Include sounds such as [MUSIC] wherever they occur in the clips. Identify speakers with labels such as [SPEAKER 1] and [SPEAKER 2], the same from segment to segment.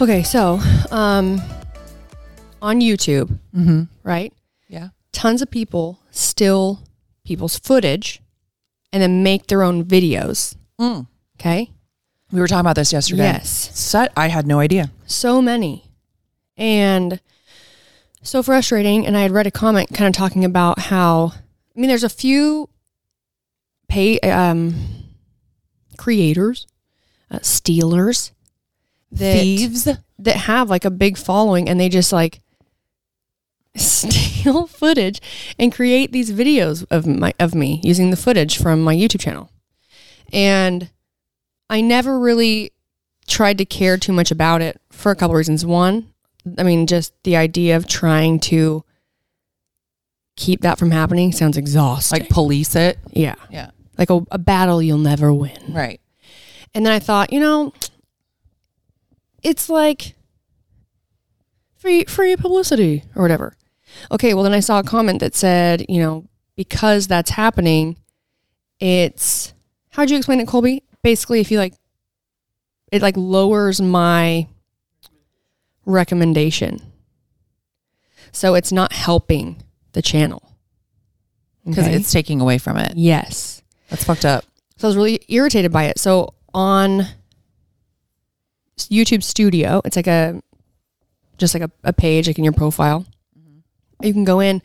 [SPEAKER 1] Okay, so um, on YouTube,
[SPEAKER 2] Mm-hmm.
[SPEAKER 1] right?
[SPEAKER 2] Yeah.
[SPEAKER 1] Tons of people steal people's footage and then make their own videos.
[SPEAKER 2] Mm.
[SPEAKER 1] Okay.
[SPEAKER 2] We were talking about this yesterday.
[SPEAKER 1] Yes.
[SPEAKER 2] Set, I had no idea.
[SPEAKER 1] So many. And so frustrating. And I had read a comment kind of talking about how, I mean, there's a few pay um, creators, uh, stealers, that,
[SPEAKER 2] Thieves.
[SPEAKER 1] that have like a big following and they just like steal [LAUGHS] footage and create these videos of my of me using the footage from my YouTube channel. And I never really tried to care too much about it for a couple reasons. One, I mean just the idea of trying to keep that from happening sounds exhausting.
[SPEAKER 2] [LAUGHS] Like police it.
[SPEAKER 1] yeah.
[SPEAKER 2] Yeah.
[SPEAKER 1] Like a, a battle you'll never win.
[SPEAKER 2] Right.
[SPEAKER 1] And then I thought, you know, it's like free free publicity or whatever. Okay, well then I saw a comment that said, you know, because that's happening, it's how'd you explain it, Colby? Basically, if you like it like lowers my recommendation. So it's not helping the channel.
[SPEAKER 2] Because it's taking away from it.
[SPEAKER 1] yes.
[SPEAKER 2] That's fucked up.
[SPEAKER 1] So I was really irritated by it. So on YouTube Studio, it's like a just like a, a page like in your profile. You can go in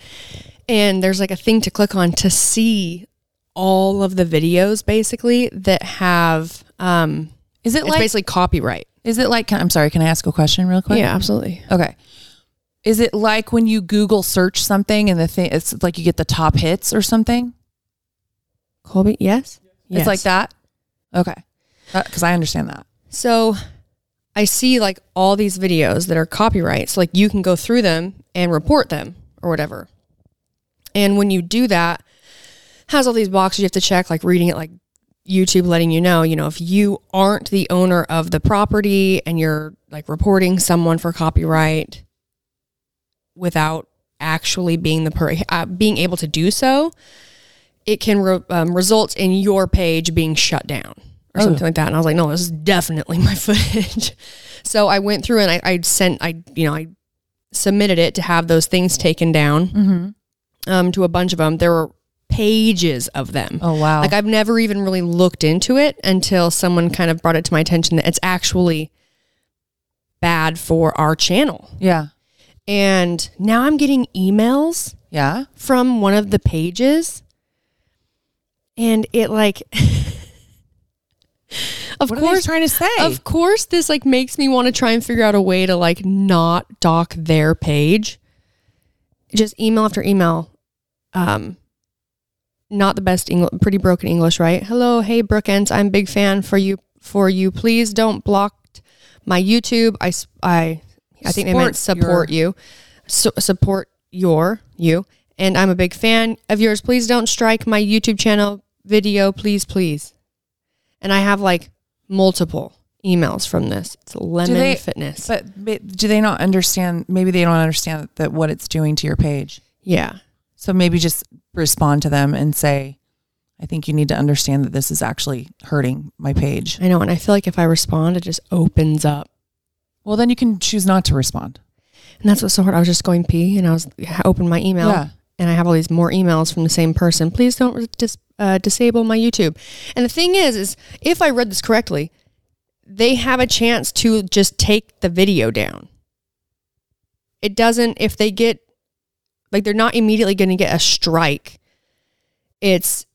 [SPEAKER 1] and there's like a thing to click on to see all of the videos basically that have um
[SPEAKER 2] Is it
[SPEAKER 1] it's
[SPEAKER 2] like?
[SPEAKER 1] basically copyright.
[SPEAKER 2] is it like? Can, I'm sorry. Can I ask a question real quick?
[SPEAKER 1] absolutely.
[SPEAKER 2] Okay. Is it like when you Google search something and the thing? It's like you get the top hits or something.
[SPEAKER 1] Colby, yes?
[SPEAKER 2] It's like that. Okay. Because I understand that.
[SPEAKER 1] So I see like all these videos that are copyrights. like you can go through them and report them or whatever. And when you do that, has all these boxes you have to check, like reading it like YouTube letting you know, you know, if you aren't the owner of the property and you're like reporting someone for copyright without actually being the per- uh, being able to do so, it can re- um, result in your page being shut down or something like that. And I was like, no, this is definitely [LAUGHS] my footage. so I went through and I, I sent, I you know, I submitted it to have those things taken down um, to a bunch of them. There were pages of them.
[SPEAKER 2] Oh wow.
[SPEAKER 1] Like I've never even really looked into it until someone kind of brought it to my attention that it's actually bad for our channel.
[SPEAKER 2] yeah.
[SPEAKER 1] And now I'm getting emails
[SPEAKER 2] Yeah.
[SPEAKER 1] from one of the pages and it like [LAUGHS] Of
[SPEAKER 2] What are they
[SPEAKER 1] course
[SPEAKER 2] trying to say?
[SPEAKER 1] of course this like makes me want to try and figure out a way to like not dock their page just email after email um not the best english pretty broken english right hello hey brookens i'm big fan for you for you please don't block my youtube i s- i I think they meant
[SPEAKER 2] Support
[SPEAKER 1] support you so, support your you and i'm a big fan of yours please don't strike my youtube channel video please please and i have like multiple emails from this it's lemon
[SPEAKER 2] they-
[SPEAKER 1] fitness
[SPEAKER 2] But, but do they not understand? Maybe they don't understand that what it's doing to your page.
[SPEAKER 1] yeah
[SPEAKER 2] So maybe just respond to them and say, I think you need to understand that this is actually hurting my page.
[SPEAKER 1] i know and i feel like if i respond it just opens up
[SPEAKER 2] Well, then you can choose not to respond.
[SPEAKER 1] and that's what's so hard i was just going pee and i was I opened my email
[SPEAKER 2] Yeah.
[SPEAKER 1] and I have all these more emails from the same person. Please don't dis- uh, disable my YouTube. And the thing is, is if I read this correctly, they have a chance to just take the video down. It doesn't if they get like they're not immediately going to get a strike. It's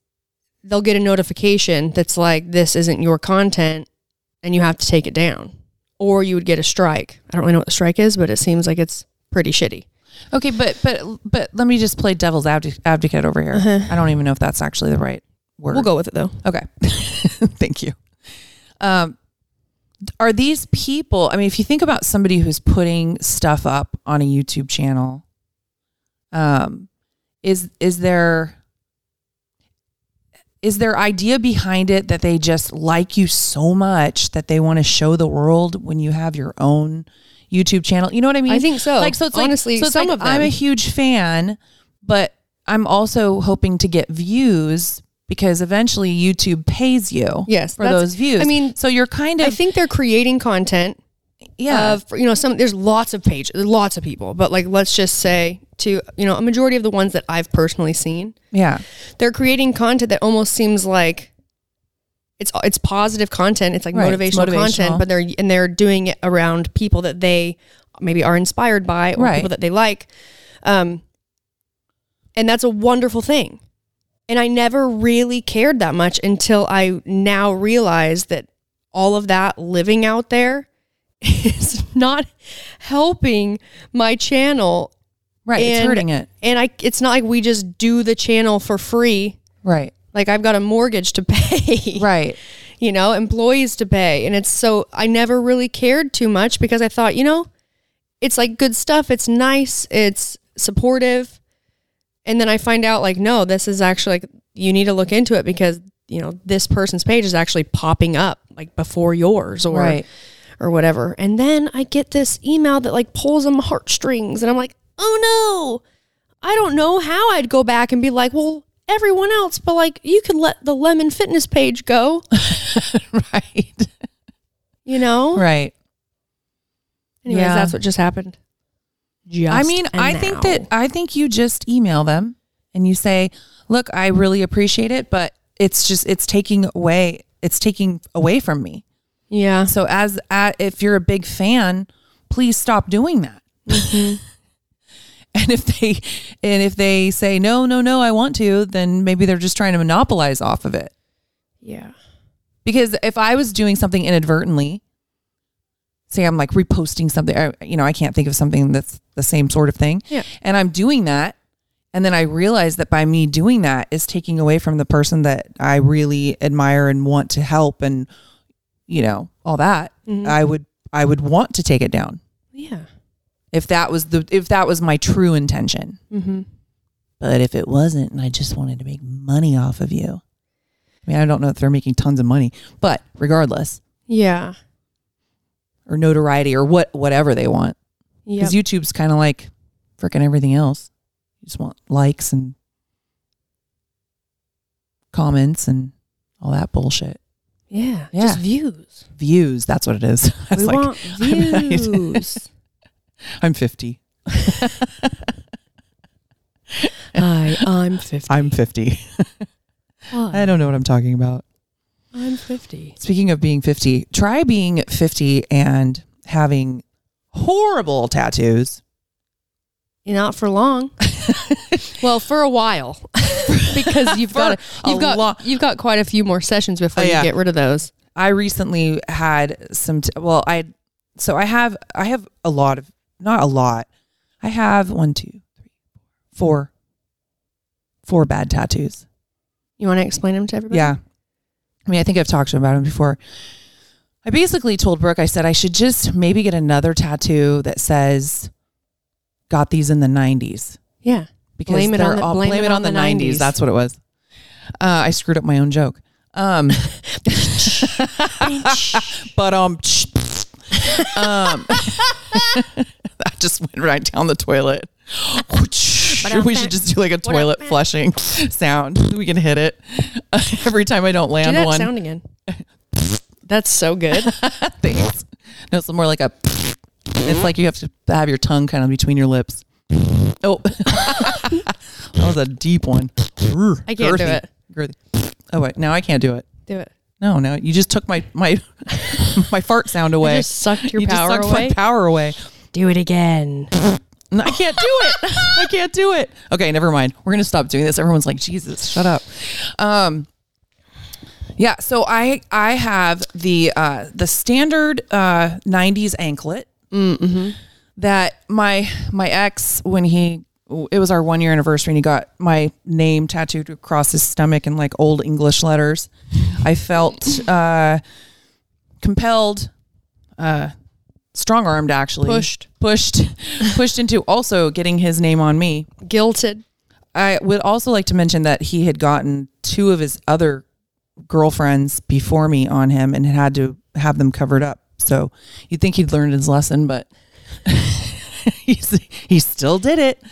[SPEAKER 1] they'll get a notification that's like this isn't your content and you have to take it down or you would get a strike. I don't really know what the strike is, but it seems like it's pretty shitty.
[SPEAKER 2] Okay, but but but let me just play devil's abdi- advocate over here. I don't even know if that's actually the right word.
[SPEAKER 1] We'll go with it though.
[SPEAKER 2] Okay. [LAUGHS] Thank you. Um, are these people, I mean, if you think about somebody who's putting stuff up on a YouTube channel, um, is, is there, is their idea behind it that they just like you so much that they want to show the world when you have your own YouTube channel? You know what I mean?
[SPEAKER 1] I think so.
[SPEAKER 2] Like, so it's like-
[SPEAKER 1] Honestly,
[SPEAKER 2] so it's
[SPEAKER 1] some
[SPEAKER 2] like,
[SPEAKER 1] of them.
[SPEAKER 2] I'm a huge fan, but I'm also hoping to get views because eventually YouTube pays you
[SPEAKER 1] Yes,
[SPEAKER 2] for
[SPEAKER 1] that's-
[SPEAKER 2] those views.
[SPEAKER 1] I mean,
[SPEAKER 2] so you're kind of
[SPEAKER 1] I think they're creating content
[SPEAKER 2] Yeah.
[SPEAKER 1] of you know some there's lots of pages, lots of people, but like let's just say to you know a majority of the ones that I've personally seen,
[SPEAKER 2] yeah.
[SPEAKER 1] they're creating content that almost seems like it's it's positive content. It's like
[SPEAKER 2] Right, it's
[SPEAKER 1] motivational,
[SPEAKER 2] motivational.
[SPEAKER 1] content, but they're and they're doing it around people that they maybe are inspired by or
[SPEAKER 2] Right.
[SPEAKER 1] people that they like. Um and that's a wonderful thing. And I never really cared that much until I now realize that all of that living out there [LAUGHS] is not helping my channel
[SPEAKER 2] Right. it's
[SPEAKER 1] And-
[SPEAKER 2] hurting it.
[SPEAKER 1] and I it's not like we just do the channel for free [LAUGHS]
[SPEAKER 2] Right.
[SPEAKER 1] like I've got a mortgage to [LAUGHS] pay,
[SPEAKER 2] Right.
[SPEAKER 1] you know, employees to pay. And it's so I never really cared too much because I thought, you know, it's like good stuff. It's nice. It's supportive. And then I find out like, no, this is actually like you need to look into it because, you know, this person's page is actually popping up like before yours or
[SPEAKER 2] Right.
[SPEAKER 1] or whatever. And then I get this email that like pulls on my heartstrings and I'm like, oh no. I don't know how I'd go back and be like, well, everyone else, but like you could let the lemon fitness page go,
[SPEAKER 2] right.
[SPEAKER 1] you know?
[SPEAKER 2] [LAUGHS] Right.
[SPEAKER 1] Anyways,
[SPEAKER 2] Yeah.
[SPEAKER 1] that's what just happened. Just
[SPEAKER 2] I mean, I think that I think you just email them and you say, "Look, I really appreciate it, but it's just it's taking away it's taking away from me."
[SPEAKER 1] Yeah.
[SPEAKER 2] So as a if you're a big fan, please stop doing that. [LAUGHS] and if they and if they say no, no, no, I want to, then maybe they're just trying to monopolize off of it.
[SPEAKER 1] Yeah.
[SPEAKER 2] Because if I was doing something inadvertently, say I'm like reposting something, I, you know, I can't think of something that's the same sort of thing.
[SPEAKER 1] Yeah.
[SPEAKER 2] And I'm doing that. And then I realize that by me doing that is taking away from the person that I really admire and want to help and, you know, all that. I would, I would want to take it down
[SPEAKER 1] Yeah.
[SPEAKER 2] if that was the, if that was my true intention.
[SPEAKER 1] Mm-hmm.
[SPEAKER 2] But if it wasn't and I just wanted to make money off of you, I mean, I don't know if they're making tons of money, but regardless,
[SPEAKER 1] Yeah.
[SPEAKER 2] or notoriety or what whatever they want.
[SPEAKER 1] Yeah.
[SPEAKER 2] Because YouTube's kind of like freaking everything else. You just want likes and comments and all that bullshit.
[SPEAKER 1] yeah.
[SPEAKER 2] Yeah.
[SPEAKER 1] Just views.
[SPEAKER 2] Views, [LAUGHS] that's what it is. [LAUGHS] I
[SPEAKER 1] We
[SPEAKER 2] was like,
[SPEAKER 1] want
[SPEAKER 2] [LAUGHS]
[SPEAKER 1] views.
[SPEAKER 2] I'm 50.
[SPEAKER 1] Hi, I'm 50.
[SPEAKER 2] I'm 50.
[SPEAKER 1] [LAUGHS]
[SPEAKER 2] I
[SPEAKER 1] Hi,
[SPEAKER 2] don't know what I'm talking about.
[SPEAKER 1] I'm 50.
[SPEAKER 2] Speaking of being 50, try being 50 and having horrible tattoos.
[SPEAKER 1] Not for long. [LAUGHS] well, for a while, [LAUGHS] because you've got
[SPEAKER 2] For
[SPEAKER 1] you've
[SPEAKER 2] a
[SPEAKER 1] got
[SPEAKER 2] lo-
[SPEAKER 1] you've got quite a few more sessions before
[SPEAKER 2] Oh, yeah.
[SPEAKER 1] you get rid of those.
[SPEAKER 2] I recently had some. T- well, I so I have I have a lot of not a lot. I have one, two, three, four, four bad tattoos.
[SPEAKER 1] You want to explain them to everybody?
[SPEAKER 2] Yeah, I mean, I think I've talked to him about them before. I basically told Brooke, I said I should just maybe get another tattoo that says "Got these in the '90s"
[SPEAKER 1] [LAUGHS] Yeah.
[SPEAKER 2] because
[SPEAKER 1] Blame it
[SPEAKER 2] they're
[SPEAKER 1] on the-
[SPEAKER 2] all, blame, it on, the, '90s.
[SPEAKER 1] 90s.
[SPEAKER 2] That's what it was. Uh, I screwed up my own joke.
[SPEAKER 1] [LAUGHS]
[SPEAKER 2] Um, but um, [LAUGHS] um, [LAUGHS] that just went right down the toilet. we should just do like a toilet flushing [LAUGHS] sound. We can hit it [LAUGHS] every time I don't
[SPEAKER 1] Do
[SPEAKER 2] land
[SPEAKER 1] that
[SPEAKER 2] one.
[SPEAKER 1] sound again. That's so good.
[SPEAKER 2] Thanks. [LAUGHS] No, it's more like a. It's like you have to have your tongue kind of between your lips. Oh, [LAUGHS] that was a deep one.
[SPEAKER 1] I can't do it.
[SPEAKER 2] Girthy. Oh wait, now I can't do it.
[SPEAKER 1] [LAUGHS] Do it.
[SPEAKER 2] No, no, you just took my my [LAUGHS] my fart sound away.
[SPEAKER 1] just sucked your
[SPEAKER 2] you
[SPEAKER 1] power
[SPEAKER 2] just sucked
[SPEAKER 1] away?
[SPEAKER 2] my power away.
[SPEAKER 1] Do it again.
[SPEAKER 2] No, I can't do it. I can't do it. Okay, never mind. We're gonna stop doing this. Everyone's like, Jesus, shut up. Um, yeah. So I I have the uh, the standard uh, '90s anklet that my my ex when he it was our one year anniversary and he got my name tattooed across his stomach in like old English letters. I felt uh, compelled strong armed actually
[SPEAKER 1] Pushed.
[SPEAKER 2] pushed [LAUGHS] pushed into also getting his name on me
[SPEAKER 1] Guilted.
[SPEAKER 2] i would also like to mention that he had gotten two of his other girlfriends before me on him and had to have them covered up so you'd think he'd learned his lesson but [LAUGHS] he's, he still did it.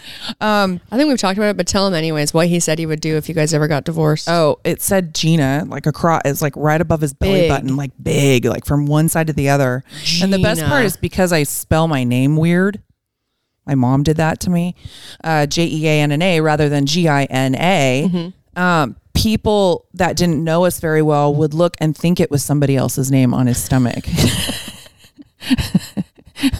[SPEAKER 2] Um,
[SPEAKER 1] I think we've talked about it, but tell him anyways what he said he would do if you guys ever got divorced.
[SPEAKER 2] oh, it said Gina like across, it's like right above his belly
[SPEAKER 1] Big.
[SPEAKER 2] button, like big, like from one side to the other. And the best part
[SPEAKER 1] Gina.
[SPEAKER 2] is because I spell my name weird. My mom did that to me, uh, J E A N N A rather than G I N A.
[SPEAKER 1] Mm-hmm.
[SPEAKER 2] Um, people that didn't know us very well would look and think it was somebody else's name on his stomach. [LAUGHS]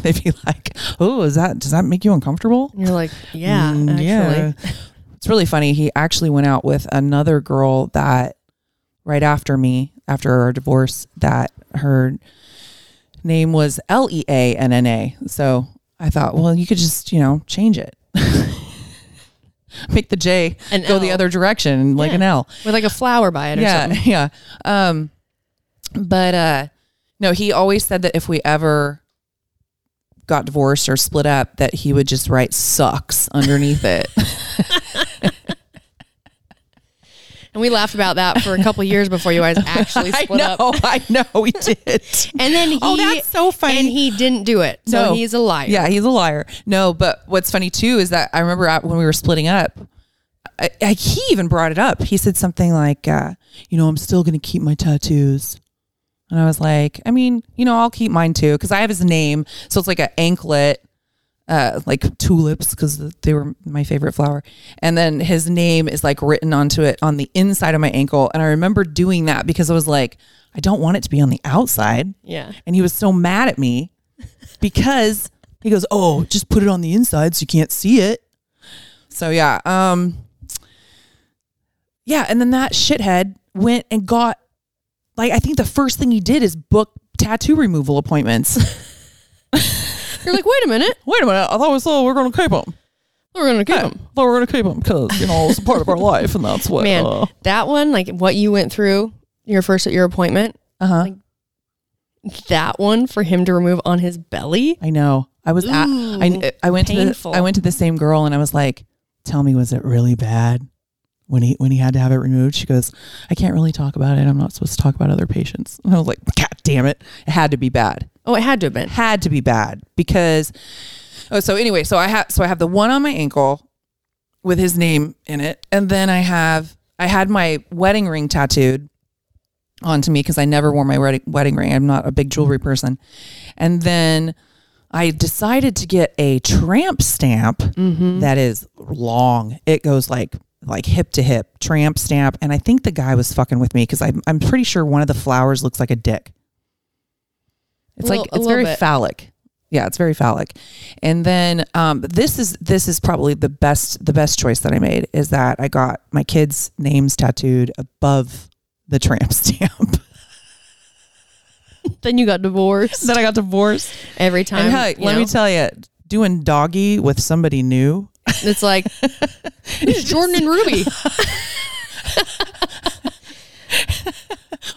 [SPEAKER 2] They'd be like, "Oh, is that? Does that make you uncomfortable?"
[SPEAKER 1] And you're like, yeah,
[SPEAKER 2] Mm,
[SPEAKER 1] actually.
[SPEAKER 2] yeah. It's really funny. He actually went out with another girl that right after me, after our divorce, that her name was L E A N N A. So I thought, well, you could just, you know, change it. [LAUGHS] Make the J
[SPEAKER 1] An
[SPEAKER 2] go the
[SPEAKER 1] L.
[SPEAKER 2] other direction, like
[SPEAKER 1] Yeah.
[SPEAKER 2] an L
[SPEAKER 1] With like a flower by it or
[SPEAKER 2] yeah,
[SPEAKER 1] something.
[SPEAKER 2] [LAUGHS] Yeah. Um, but uh, no, he always said that if we ever got divorced or split up, that he would just write sucks underneath it.
[SPEAKER 1] And we laughed about that for a couple years before
[SPEAKER 2] [LAUGHS]
[SPEAKER 1] you guys actually
[SPEAKER 2] I
[SPEAKER 1] split
[SPEAKER 2] know. [LAUGHS]
[SPEAKER 1] up.
[SPEAKER 2] I know.
[SPEAKER 1] [LAUGHS]
[SPEAKER 2] He did.
[SPEAKER 1] And then he
[SPEAKER 2] oh, that's so funny.
[SPEAKER 1] and he didn't do it. So
[SPEAKER 2] No.
[SPEAKER 1] he's a liar.
[SPEAKER 2] Yeah, he's a liar. No, but what's funny too is that I remember at- when we were splitting up, I, I, he even brought it up. He said something like, uh, "You know, I'm still going to keep my tattoos," and I was like, "I mean, you know, I'll keep mine too because I have his name, so it's like an anklet." Uh, like tulips because they were my favorite flower and then his name is like written onto it on the inside of my ankle and i remember doing that because i was like i don't want it to be on the outside
[SPEAKER 1] Yeah.
[SPEAKER 2] and he was so mad at me because he goes, "Oh, just put it on the inside so you can't see it." So yeah, um yeah, and then that shithead went and got like I think the first thing he did is book tattoo removal appointments. [LAUGHS]
[SPEAKER 1] You're like, wait a minute.
[SPEAKER 2] Wait a minute, I thought we said we are going to keep them.
[SPEAKER 1] We're going to keep him.
[SPEAKER 2] thought we were going to keep them because you know it's a part of our life, and that's what. uh,
[SPEAKER 1] Man, that one, like what you went through your first at your appointment,
[SPEAKER 2] huh.
[SPEAKER 1] that one for him to remove on his belly.
[SPEAKER 2] I know. I was at. I,
[SPEAKER 1] Ooh,
[SPEAKER 2] I went to
[SPEAKER 1] painful.
[SPEAKER 2] the. I went to the same girl and I was like, "Tell me, was it really bad when he when he had to have it removed?" She goes, "I can't really talk about it. I'm not supposed to talk about other patients." And I was like, "God damn it! It had to be bad.
[SPEAKER 1] Oh, it had to have been.
[SPEAKER 2] It had to be bad because." Oh, so anyway, so I have so I have the one on my ankle with his name in it, and then I have I had my wedding ring tattooed onto me because I never wore my wedding wedding ring. I'm not a big jewelry person, and then I decided to get a tramp stamp
[SPEAKER 1] Mm-hmm.
[SPEAKER 2] that is long. It goes like like hip to hip tramp stamp, and I think the guy was fucking with me because I'm I'm pretty sure one of the flowers looks like a dick. It's
[SPEAKER 1] Well,
[SPEAKER 2] like
[SPEAKER 1] a
[SPEAKER 2] it's
[SPEAKER 1] little
[SPEAKER 2] very
[SPEAKER 1] bit.
[SPEAKER 2] phallic. Yeah, it's very phallic. And then um, this is this is probably the best the best choice that I made is that I got my kids' names tattooed above the tramp [LAUGHS] stamp.
[SPEAKER 1] Then you got divorced
[SPEAKER 2] then I got divorced.
[SPEAKER 1] every time.
[SPEAKER 2] And hey,
[SPEAKER 1] you
[SPEAKER 2] let
[SPEAKER 1] know,
[SPEAKER 2] me tell you, doing doggy with somebody new.
[SPEAKER 1] [LAUGHS] it's like "This is Jordan and Ruby.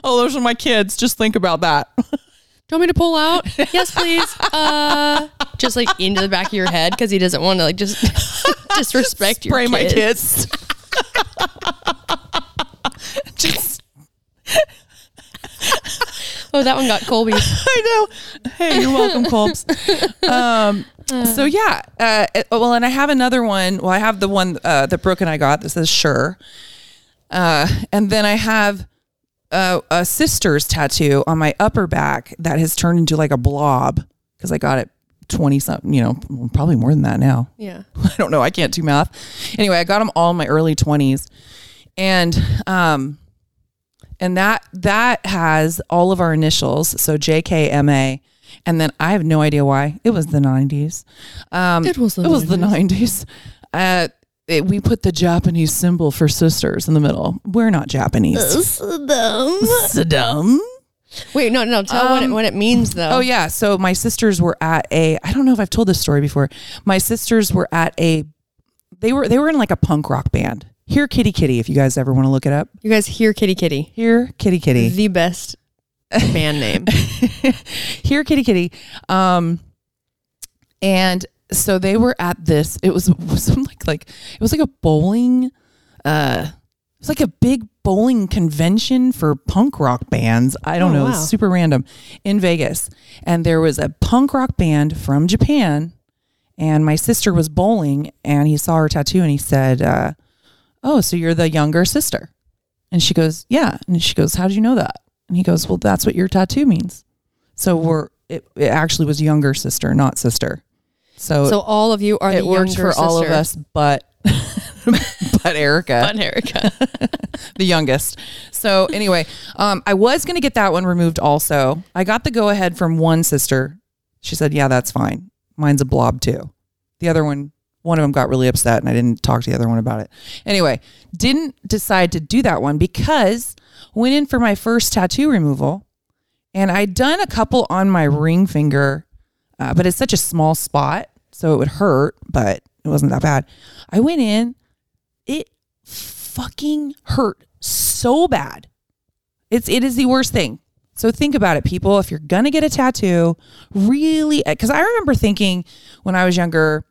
[SPEAKER 2] Oh, those are my kids. Just think about that.
[SPEAKER 1] Do you want me to pull out? Yes, please. Uh, just like into the back of your head because he doesn't want to like just [LAUGHS] disrespect your
[SPEAKER 2] [LAUGHS] Spray
[SPEAKER 1] kid.
[SPEAKER 2] my kids. [LAUGHS] Just,
[SPEAKER 1] Oh, that one got Colby.
[SPEAKER 2] I know. Hey, you're welcome, Colbs. Um, so yeah, uh, it- well, and I have another one. Well, I have the one uh, that Brooke and I got that says "sure," uh, and then I have a, a sister's tattoo on my upper back that has turned into like a blob because I got it twenty something, you know, probably more than that now.
[SPEAKER 1] Yeah.
[SPEAKER 2] [LAUGHS] I don't know. I can't do math. Anyway, I got them all in my early twenties, and um, and that that has all of our initials. So JKMA, and then I have no idea why it was the nineties. Um,
[SPEAKER 1] It was the
[SPEAKER 2] it was the nineties. Uh, it, we put the Japanese symbol for sisters in the middle. We're not
[SPEAKER 1] Uh,
[SPEAKER 2] Japanese. Saddam.
[SPEAKER 1] Wait, no, no. Tell what, it, what it means though.
[SPEAKER 2] Oh yeah. So my sisters were at a I don't know if I've told this story before. My sisters were at a they were they were in like a punk rock band. Here Kitty Kitty, if you guys ever want to look it up.
[SPEAKER 1] You guys hear Kitty Kitty,
[SPEAKER 2] Here Kitty Kitty.
[SPEAKER 1] the best band [LAUGHS] name.
[SPEAKER 2] [LAUGHS] Here Kitty Kitty. Um and so they were at this it was [LAUGHS] some like like it was like a bowling uh it was like a big bowling convention for punk rock bands. I don't
[SPEAKER 1] Oh,
[SPEAKER 2] know,
[SPEAKER 1] wow.
[SPEAKER 2] super random in Vegas. And there was a punk rock band from Japan And my sister was bowling and he saw her tattoo and he said, uh, Oh, so you're the younger sister. And she goes, Yeah. And she goes, How do you know that? And he goes, Well, that's what your tattoo means. So we're, it, it actually was younger sister, not sister. So,
[SPEAKER 1] So all of you are
[SPEAKER 2] it
[SPEAKER 1] the
[SPEAKER 2] worked for
[SPEAKER 1] younger
[SPEAKER 2] all of
[SPEAKER 1] sister.
[SPEAKER 2] us, but, but [LAUGHS] Erica
[SPEAKER 1] Fun, Erica.
[SPEAKER 2] the youngest. So anyway, um, I was gonna get that one removed. Also, I got the go ahead from one sister. She said, "Yeah, that's fine. Mine's a blob too." The other one, one of them got really upset, and I didn't talk to the other one about it. Anyway, didn't decide to do that one because went in for my first tattoo removal, and I'd done a couple on my ring finger, uh, but it's such a small spot, so it would hurt, but it wasn't that bad. I went in it fucking hurt so bad. It's it is the worst thing. So think about it, people. If you're gonna get a tattoo, really, because I remember thinking when I was younger,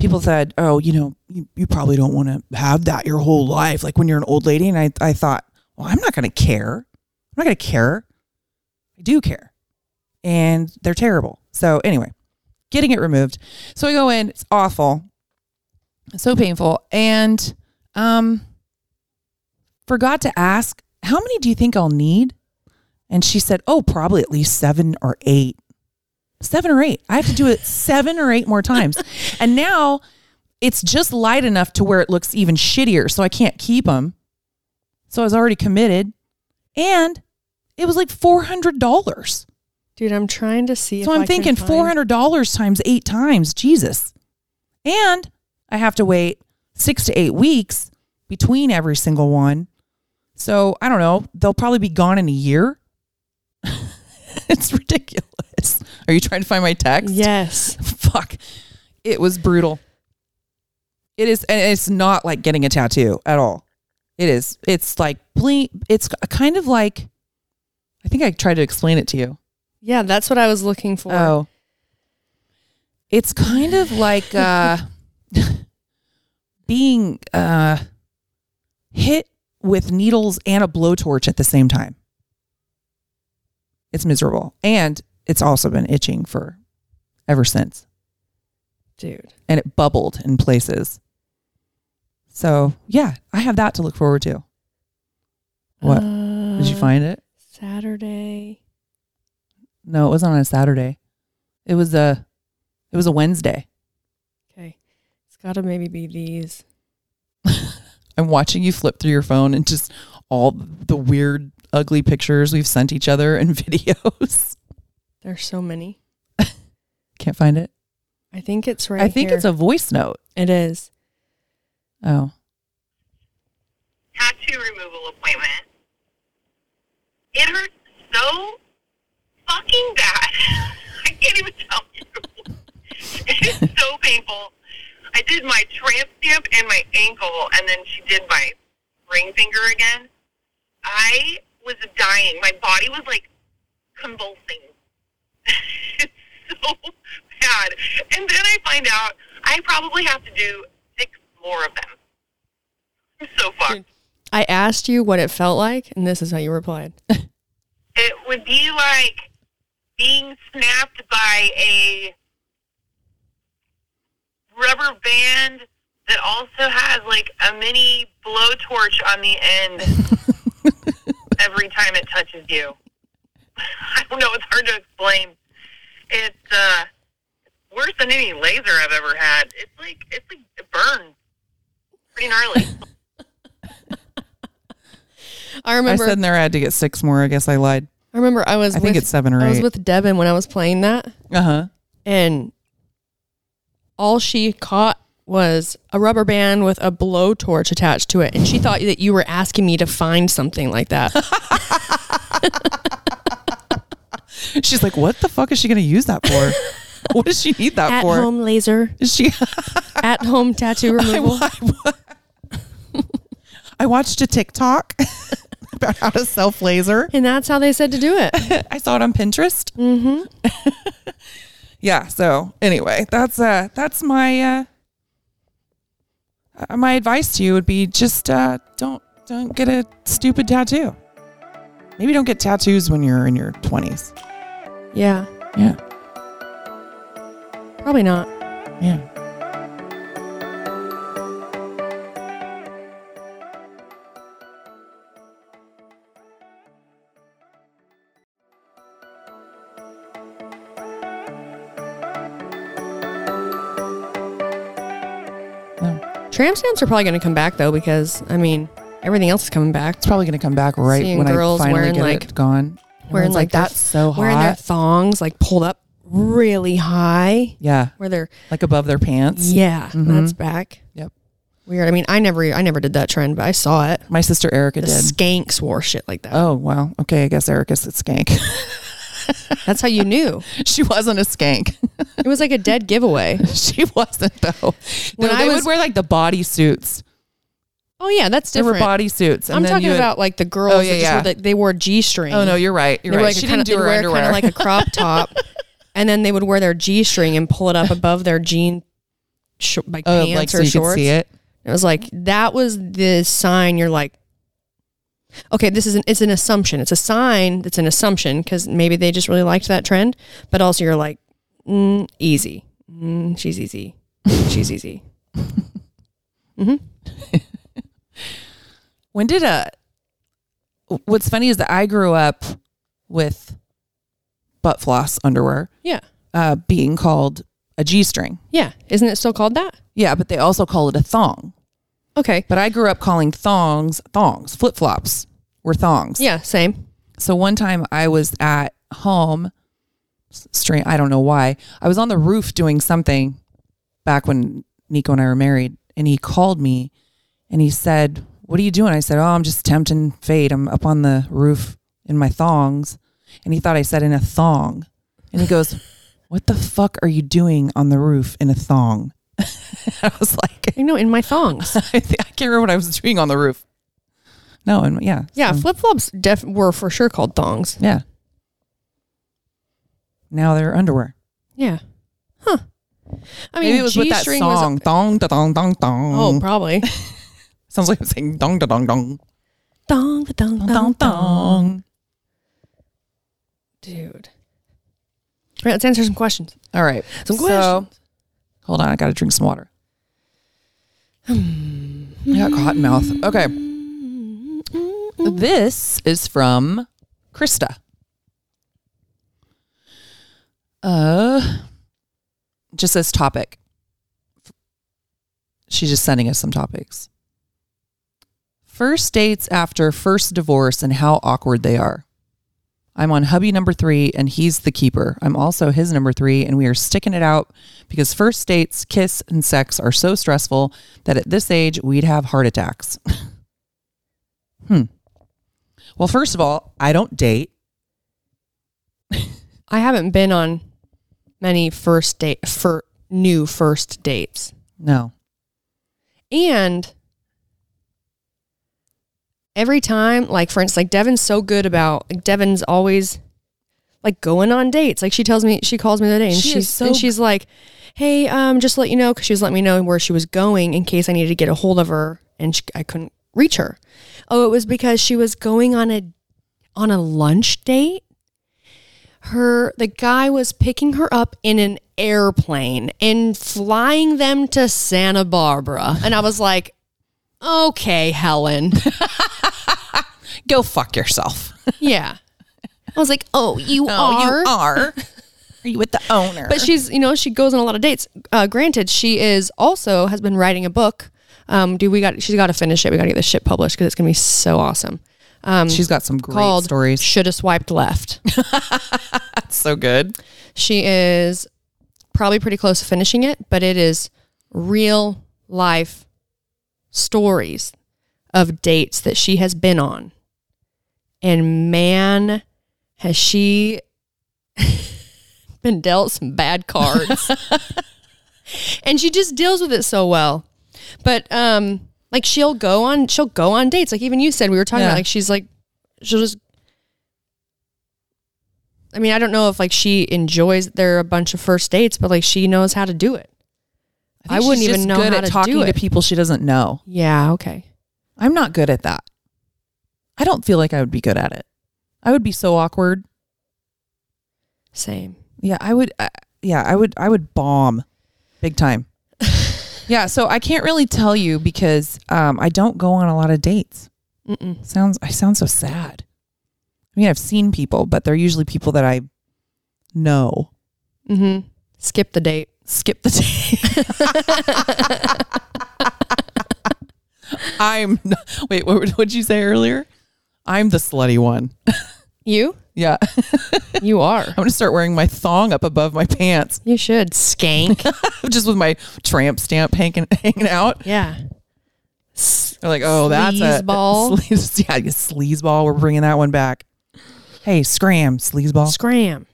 [SPEAKER 2] people said, "Oh, you know, you, you probably don't want to have that your whole life." Like when you're an old lady, and I I thought, well, I'm not gonna care. I'm not gonna care. I do care, and they're terrible. So anyway, getting it removed. So I go in. It's awful so painful and um forgot to ask how many do you think i'll need and she said oh probably at least seven or eight seven or eight i have to do it seven or eight more times and now it's just light enough to where it looks even shittier so i can't keep them so i was already committed and it was like $400
[SPEAKER 1] Dude, I'm trying to see.
[SPEAKER 2] so
[SPEAKER 1] if
[SPEAKER 2] I'm
[SPEAKER 1] I can
[SPEAKER 2] thinking
[SPEAKER 1] find-
[SPEAKER 2] four hundred dollars times eight times, Jesus. And I have to wait six to eight weeks between every single one. So I don't know. They'll probably be gone in a year. [LAUGHS] it's ridiculous. Are you trying to find my text?
[SPEAKER 1] Yes.
[SPEAKER 2] [LAUGHS] Fuck. It was brutal. It is, and it's not like getting a tattoo at all. It is. It's like ble- It's kind of like. I think I tried to explain it to you.
[SPEAKER 1] Yeah, that's what I was looking for.
[SPEAKER 2] Oh. It's kind of like uh, being uh, hit with needles and a blowtorch at the same time. It's miserable. And it's also been itching for ever since.
[SPEAKER 1] Dude.
[SPEAKER 2] And it bubbled in places. So, yeah, I have that to look forward to. What? Did you
[SPEAKER 1] Uh,
[SPEAKER 2] find it?
[SPEAKER 1] Saturday?
[SPEAKER 2] No, it wasn't on a Saturday. It was a it was a Wednesday.
[SPEAKER 1] Okay. It's got to maybe be these.
[SPEAKER 2] I'm watching you flip through your phone and just all the weird, ugly pictures we've sent each other and [LAUGHS] videos.
[SPEAKER 1] There's so many.
[SPEAKER 2] Can't find it.
[SPEAKER 1] I think it's right
[SPEAKER 2] I think
[SPEAKER 1] here.
[SPEAKER 2] it's a voice note.
[SPEAKER 1] It is.
[SPEAKER 2] Oh,
[SPEAKER 3] tattoo removal appointment. It hurt so fucking bad. [LAUGHS] I can't even tell you. it's so painful. I did my tramp stamp and my ankle, and then she did my ring finger again. I was dying. My body was like convulsing. [LAUGHS] it's so bad. And then I find out I probably have to do six more of them. I'm so fucked.
[SPEAKER 1] I asked you what it felt like, and this is how you replied.
[SPEAKER 3] It would be like being snapped by a rubber band that also has like a mini blowtorch on the end every time it touches you. [LAUGHS] I don't know, it's hard to explain. It's uh it's worse than any laser I've ever had. It's like it's like it burns. Pretty gnarly.
[SPEAKER 1] I
[SPEAKER 2] I
[SPEAKER 1] remember. I,
[SPEAKER 2] said in there I had to get six more. I guess I lied.
[SPEAKER 1] remember. I was.
[SPEAKER 2] I think
[SPEAKER 1] with,
[SPEAKER 2] it's seven or
[SPEAKER 1] I was
[SPEAKER 2] eight.
[SPEAKER 1] with Devin when I was playing that,
[SPEAKER 2] Uh huh.
[SPEAKER 1] and all she caught was a rubber band with a blowtorch attached to it, and she thought that you were asking me to find something like that.
[SPEAKER 2] She's like, what the fuck is she going to use
[SPEAKER 1] [LAUGHS]
[SPEAKER 2] that for? what does she need
[SPEAKER 1] [LAUGHS]
[SPEAKER 2] that
[SPEAKER 1] At
[SPEAKER 2] for?
[SPEAKER 1] home laser.
[SPEAKER 2] Is she? [LAUGHS]
[SPEAKER 1] At home tattoo [LAUGHS]
[SPEAKER 2] I,
[SPEAKER 1] removal.
[SPEAKER 2] wa- I watched a TikTok [LAUGHS] about how to self laser.
[SPEAKER 1] And that's how they said to do it.
[SPEAKER 2] I saw it on Pinterest. Mm-hmm. [LAUGHS] yeah. So anyway, that's uh, that's my uh, uh, my advice to you would be just uh, don't don't get a stupid tattoo. Maybe don't get tattoos when you're in your twenties.
[SPEAKER 1] Yeah,
[SPEAKER 2] Yeah.
[SPEAKER 1] probably not.
[SPEAKER 2] Yeah.
[SPEAKER 1] Tram stamps are probably going to come back though because I mean everything else is coming back.
[SPEAKER 2] It's probably going to come back right
[SPEAKER 1] Seeing
[SPEAKER 2] when I
[SPEAKER 1] girls
[SPEAKER 2] finally
[SPEAKER 1] wearing,
[SPEAKER 2] get
[SPEAKER 1] like-
[SPEAKER 2] it gone.
[SPEAKER 1] Wearing
[SPEAKER 2] Everyone's
[SPEAKER 1] like, their-
[SPEAKER 2] that's so hot.
[SPEAKER 1] Wearing their thongs like pulled up really high.
[SPEAKER 2] yeah,
[SPEAKER 1] Where they're
[SPEAKER 2] like above their pants.
[SPEAKER 1] yeah, that's back.
[SPEAKER 2] Yep.
[SPEAKER 1] Weird. I mean, I never I never did that trend, but I saw it.
[SPEAKER 2] My sister Erica
[SPEAKER 1] The
[SPEAKER 2] did.
[SPEAKER 1] skanks wore shit like that.
[SPEAKER 2] oh wow. Okay, I guess Erica's a skank. [LAUGHS]
[SPEAKER 1] That's how you knew.
[SPEAKER 2] she wasn't a skank. [LAUGHS]
[SPEAKER 1] It was like a dead giveaway.
[SPEAKER 2] she wasn't though.
[SPEAKER 1] When
[SPEAKER 2] No,
[SPEAKER 1] I
[SPEAKER 2] they
[SPEAKER 1] was-
[SPEAKER 2] would wear like the body suits.
[SPEAKER 1] Oh yeah, that's
[SPEAKER 2] There were
[SPEAKER 1] different.
[SPEAKER 2] body suits. and
[SPEAKER 1] I'm
[SPEAKER 2] then
[SPEAKER 1] talking
[SPEAKER 2] you would-
[SPEAKER 1] about like the girls.
[SPEAKER 2] Oh,
[SPEAKER 1] that
[SPEAKER 2] yeah,
[SPEAKER 1] just
[SPEAKER 2] yeah.
[SPEAKER 1] Wore the, they wore G string.
[SPEAKER 2] Oh no, you're right. You're
[SPEAKER 1] they
[SPEAKER 2] right.
[SPEAKER 1] were like
[SPEAKER 2] she
[SPEAKER 1] kind
[SPEAKER 2] didn't
[SPEAKER 1] of
[SPEAKER 2] do
[SPEAKER 1] they
[SPEAKER 2] her
[SPEAKER 1] wear
[SPEAKER 2] underwear.
[SPEAKER 1] kind of like a crop top,
[SPEAKER 2] [LAUGHS]
[SPEAKER 1] and then they would wear their G string and pull it up above their jean sh- like
[SPEAKER 2] oh,
[SPEAKER 1] pants
[SPEAKER 2] like so
[SPEAKER 1] or
[SPEAKER 2] you
[SPEAKER 1] shorts.
[SPEAKER 2] could see it.
[SPEAKER 1] It was like that was the sign. You're like, okay, this is an it's an assumption. It's a sign that's an assumption because maybe they just really liked that trend, but also you're like, mm, easy. Mm, she's easy. She's
[SPEAKER 2] [LAUGHS]
[SPEAKER 1] easy.
[SPEAKER 2] When did a? What's funny is that I grew up with butt floss underwear
[SPEAKER 1] Yeah,
[SPEAKER 2] uh, being called a g string.
[SPEAKER 1] yeah. Isn't it still called that?
[SPEAKER 2] Yeah, but they also call it a thong.
[SPEAKER 1] Okay.
[SPEAKER 2] But I grew up calling thongs thongs. Flip flops were thongs.
[SPEAKER 1] Yeah, same.
[SPEAKER 2] So one time I was at home, s- strange, I don't know why. I was on the roof doing something back when Nico and I were married, and he called me and he said, What are you doing? I said, Oh, I'm just tempting fate. I'm up on the roof in my thongs. And he thought I said in a thong. And he goes, What the fuck are you doing on the roof in a thong? [LAUGHS] I was like, [LAUGHS]
[SPEAKER 1] You know, in my thongs.
[SPEAKER 2] I, think, I can't remember what I was doing on the roof. No, and yeah.
[SPEAKER 1] Yeah, flip flops def- were for sure called thongs.
[SPEAKER 2] Yeah. Now they're underwear.
[SPEAKER 1] Yeah. Huh. I mean,
[SPEAKER 2] Maybe it was with that
[SPEAKER 1] G-string was-
[SPEAKER 2] song, Mm. thong, da, dong, dong, dong.
[SPEAKER 1] oh,
[SPEAKER 2] [LAUGHS]
[SPEAKER 1] probably.
[SPEAKER 2] sounds like I'm saying dong, da, dong, dong,
[SPEAKER 1] dong, dong, dong, dong,
[SPEAKER 2] dong, dong.
[SPEAKER 1] Dude. All right, let's answer some questions.
[SPEAKER 2] All right.
[SPEAKER 1] Some
[SPEAKER 2] So,
[SPEAKER 1] questions.
[SPEAKER 2] hold on, I gotta drink some water. I got cotton mouth. Okay.
[SPEAKER 1] Mm-hmm.
[SPEAKER 2] This is from Krista. Uh, just says topic. She's just sending us some topics. First dates after first divorce and how awkward they are. I'm on hubby number three and he's the keeper. I'm also his number three and we are sticking it out because first dates, kiss, and sex are so stressful that at this age we'd have heart attacks. [LAUGHS] hmm. Well, first of all, I don't date.
[SPEAKER 1] I haven't been on many first date for new first dates.
[SPEAKER 2] No.
[SPEAKER 1] And every time, like for instance, like Devin's so good about like Devin's always like going on dates. Like she tells me, she calls me the other day, and
[SPEAKER 2] She is
[SPEAKER 1] she's
[SPEAKER 2] so
[SPEAKER 1] and she's like, "Hey, um, just to let you know," because she was letting me know where she was going in case I needed to get a hold of her, and she, I couldn't reach her. Oh, it was because she was going on a on a lunch date. Her the guy was picking her up in an airplane and flying them to Santa Barbara, and I was like, "Okay,
[SPEAKER 2] [LAUGHS]
[SPEAKER 1] Helen."
[SPEAKER 2] Go fuck yourself.
[SPEAKER 1] [LAUGHS] Yeah. I was like, oh, you
[SPEAKER 2] Oh,
[SPEAKER 1] are.
[SPEAKER 2] you
[SPEAKER 1] [LAUGHS]
[SPEAKER 2] are. are you with the owner?
[SPEAKER 1] But she's, you know, she goes on a lot of dates. Uh, granted, she is also has been writing a book. Um, dude, we got she's got to finish it. We got to get this shit published because it's gonna be so awesome. Um,
[SPEAKER 2] she's got some great
[SPEAKER 1] called
[SPEAKER 2] stories.
[SPEAKER 1] Should have swiped
[SPEAKER 2] [LAUGHS]
[SPEAKER 1] left.
[SPEAKER 2] That's so good.
[SPEAKER 1] she is probably pretty close to finishing it, but it is real life stories of dates that she has been on. And man, has she [LAUGHS] been dealt some bad [LAUGHS] cards. and she just deals with it so well. But um like she'll go on she'll go on dates. Like even you said we were talking
[SPEAKER 2] Yeah.
[SPEAKER 1] about like she's like she'll just I mean, I don't know if like she enjoys there are a bunch of first dates, but like she knows how to do it. I,
[SPEAKER 2] think
[SPEAKER 1] wouldn't
[SPEAKER 2] she's
[SPEAKER 1] even
[SPEAKER 2] just
[SPEAKER 1] know
[SPEAKER 2] good
[SPEAKER 1] how
[SPEAKER 2] at
[SPEAKER 1] to
[SPEAKER 2] talking
[SPEAKER 1] do
[SPEAKER 2] to
[SPEAKER 1] it.
[SPEAKER 2] people she doesn't know.
[SPEAKER 1] yeah, okay.
[SPEAKER 2] I'm not good at that. I don't feel like I would be good at it. I would be so awkward.
[SPEAKER 1] Same.
[SPEAKER 2] Yeah, I would. Uh, yeah, I would. I would bomb, big time. yeah, so I can't really tell you because um, I don't go on a lot of dates.
[SPEAKER 1] Mm-mm.
[SPEAKER 2] Sounds I sound so sad. I mean, I've seen people, but they're usually people that I know.
[SPEAKER 1] Mm-hmm. Skip the date.
[SPEAKER 2] Skip the date. I'm not, wait. What would you say earlier? I'm the slutty one.
[SPEAKER 1] You?
[SPEAKER 2] Yeah, [LAUGHS] I'm
[SPEAKER 1] You are.
[SPEAKER 2] gonna start wearing my thong up above my pants,
[SPEAKER 1] You should skank.
[SPEAKER 2] [LAUGHS] just with my tramp stamp hanging [LAUGHS] hanging
[SPEAKER 1] [LAUGHS]
[SPEAKER 2] out.
[SPEAKER 1] yeah.
[SPEAKER 2] They're like, oh, that's a
[SPEAKER 1] Sleazeball.
[SPEAKER 2] [LAUGHS] Sleaze, yeah, you sleazeball. We're bringing that one back. Hey, scram, sleazeball.
[SPEAKER 1] Scram.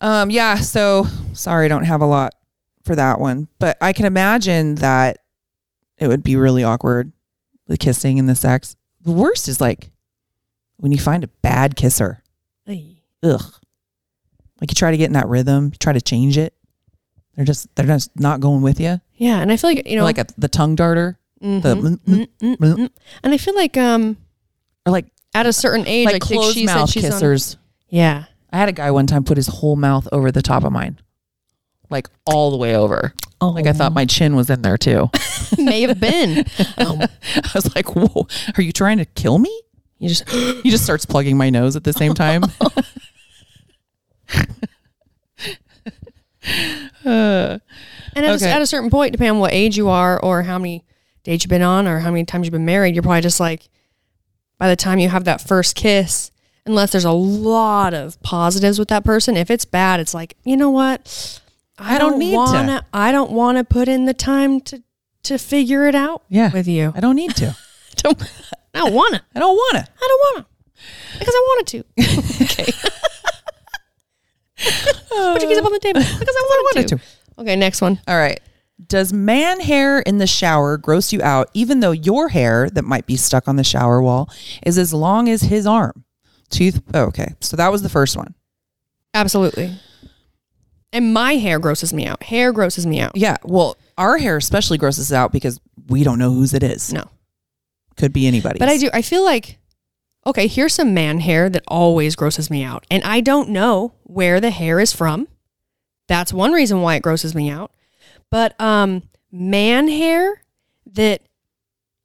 [SPEAKER 2] Um, yeah. So sorry, I don't have a lot for that one, but I can imagine that it would be really awkward, the kissing and the sex. The worst is like when you find a bad kisser.
[SPEAKER 1] Ay.
[SPEAKER 2] Ugh. Like you try to get in that rhythm, you try to change it. They're just they're just not going with you.
[SPEAKER 1] Yeah, and I feel like you know,
[SPEAKER 2] like a, the tongue darter,
[SPEAKER 1] mhm,
[SPEAKER 2] the
[SPEAKER 1] mm, mm, mm. and I feel like um
[SPEAKER 2] or like
[SPEAKER 1] at a certain age,
[SPEAKER 2] like
[SPEAKER 1] I think
[SPEAKER 2] closed
[SPEAKER 1] she
[SPEAKER 2] mouth
[SPEAKER 1] said she's on-
[SPEAKER 2] kissers.
[SPEAKER 1] yeah, [LAUGHS]
[SPEAKER 2] I had a guy one time put his whole mouth over the top of mine, like all the way over.
[SPEAKER 1] Oh.
[SPEAKER 2] Like I thought my chin was in there too. [LAUGHS]
[SPEAKER 1] may have been. Um,
[SPEAKER 2] I was like, "Whoa, are you trying to kill me?"
[SPEAKER 1] you just
[SPEAKER 2] He just starts plugging my nose at the same
[SPEAKER 1] [LAUGHS]
[SPEAKER 2] time. Uh,
[SPEAKER 1] and at,
[SPEAKER 2] Okay.
[SPEAKER 1] a, at a certain point, depending on what age you are or how many dates you've been on or how many times you've been married, you're probably just like by the time you have that first kiss, unless there's a lot of positives with that person, if it's bad, it's like you know what,
[SPEAKER 2] I don't need to.
[SPEAKER 1] wanna, I don't want to put in the time to to figure it out
[SPEAKER 2] Yeah.
[SPEAKER 1] with you.
[SPEAKER 2] I don't need to.
[SPEAKER 1] don't, I don't wanna.
[SPEAKER 2] I don't want to.
[SPEAKER 1] I don't wanna. Because I wanted to. Put your keys up on the
[SPEAKER 2] [LAUGHS]
[SPEAKER 1] table. Because I wanted,
[SPEAKER 2] wanted
[SPEAKER 1] to. Okay, next one.
[SPEAKER 2] All right. Does man hair in the shower gross you out, even though your hair that might be stuck on the shower wall is as long as his arm? Tooth. oh, okay. So that was the first one.
[SPEAKER 1] Absolutely. And my hair grosses me out. Hair grosses me out.
[SPEAKER 2] Yeah. Well, our hair especially grosses out because we don't know whose it is.
[SPEAKER 1] No.
[SPEAKER 2] Could be anybody's.
[SPEAKER 1] But I do. I feel like, okay, here's some man hair that always grosses me out. And I don't know where the hair is from. That's one reason why it grosses me out. But um, man hair that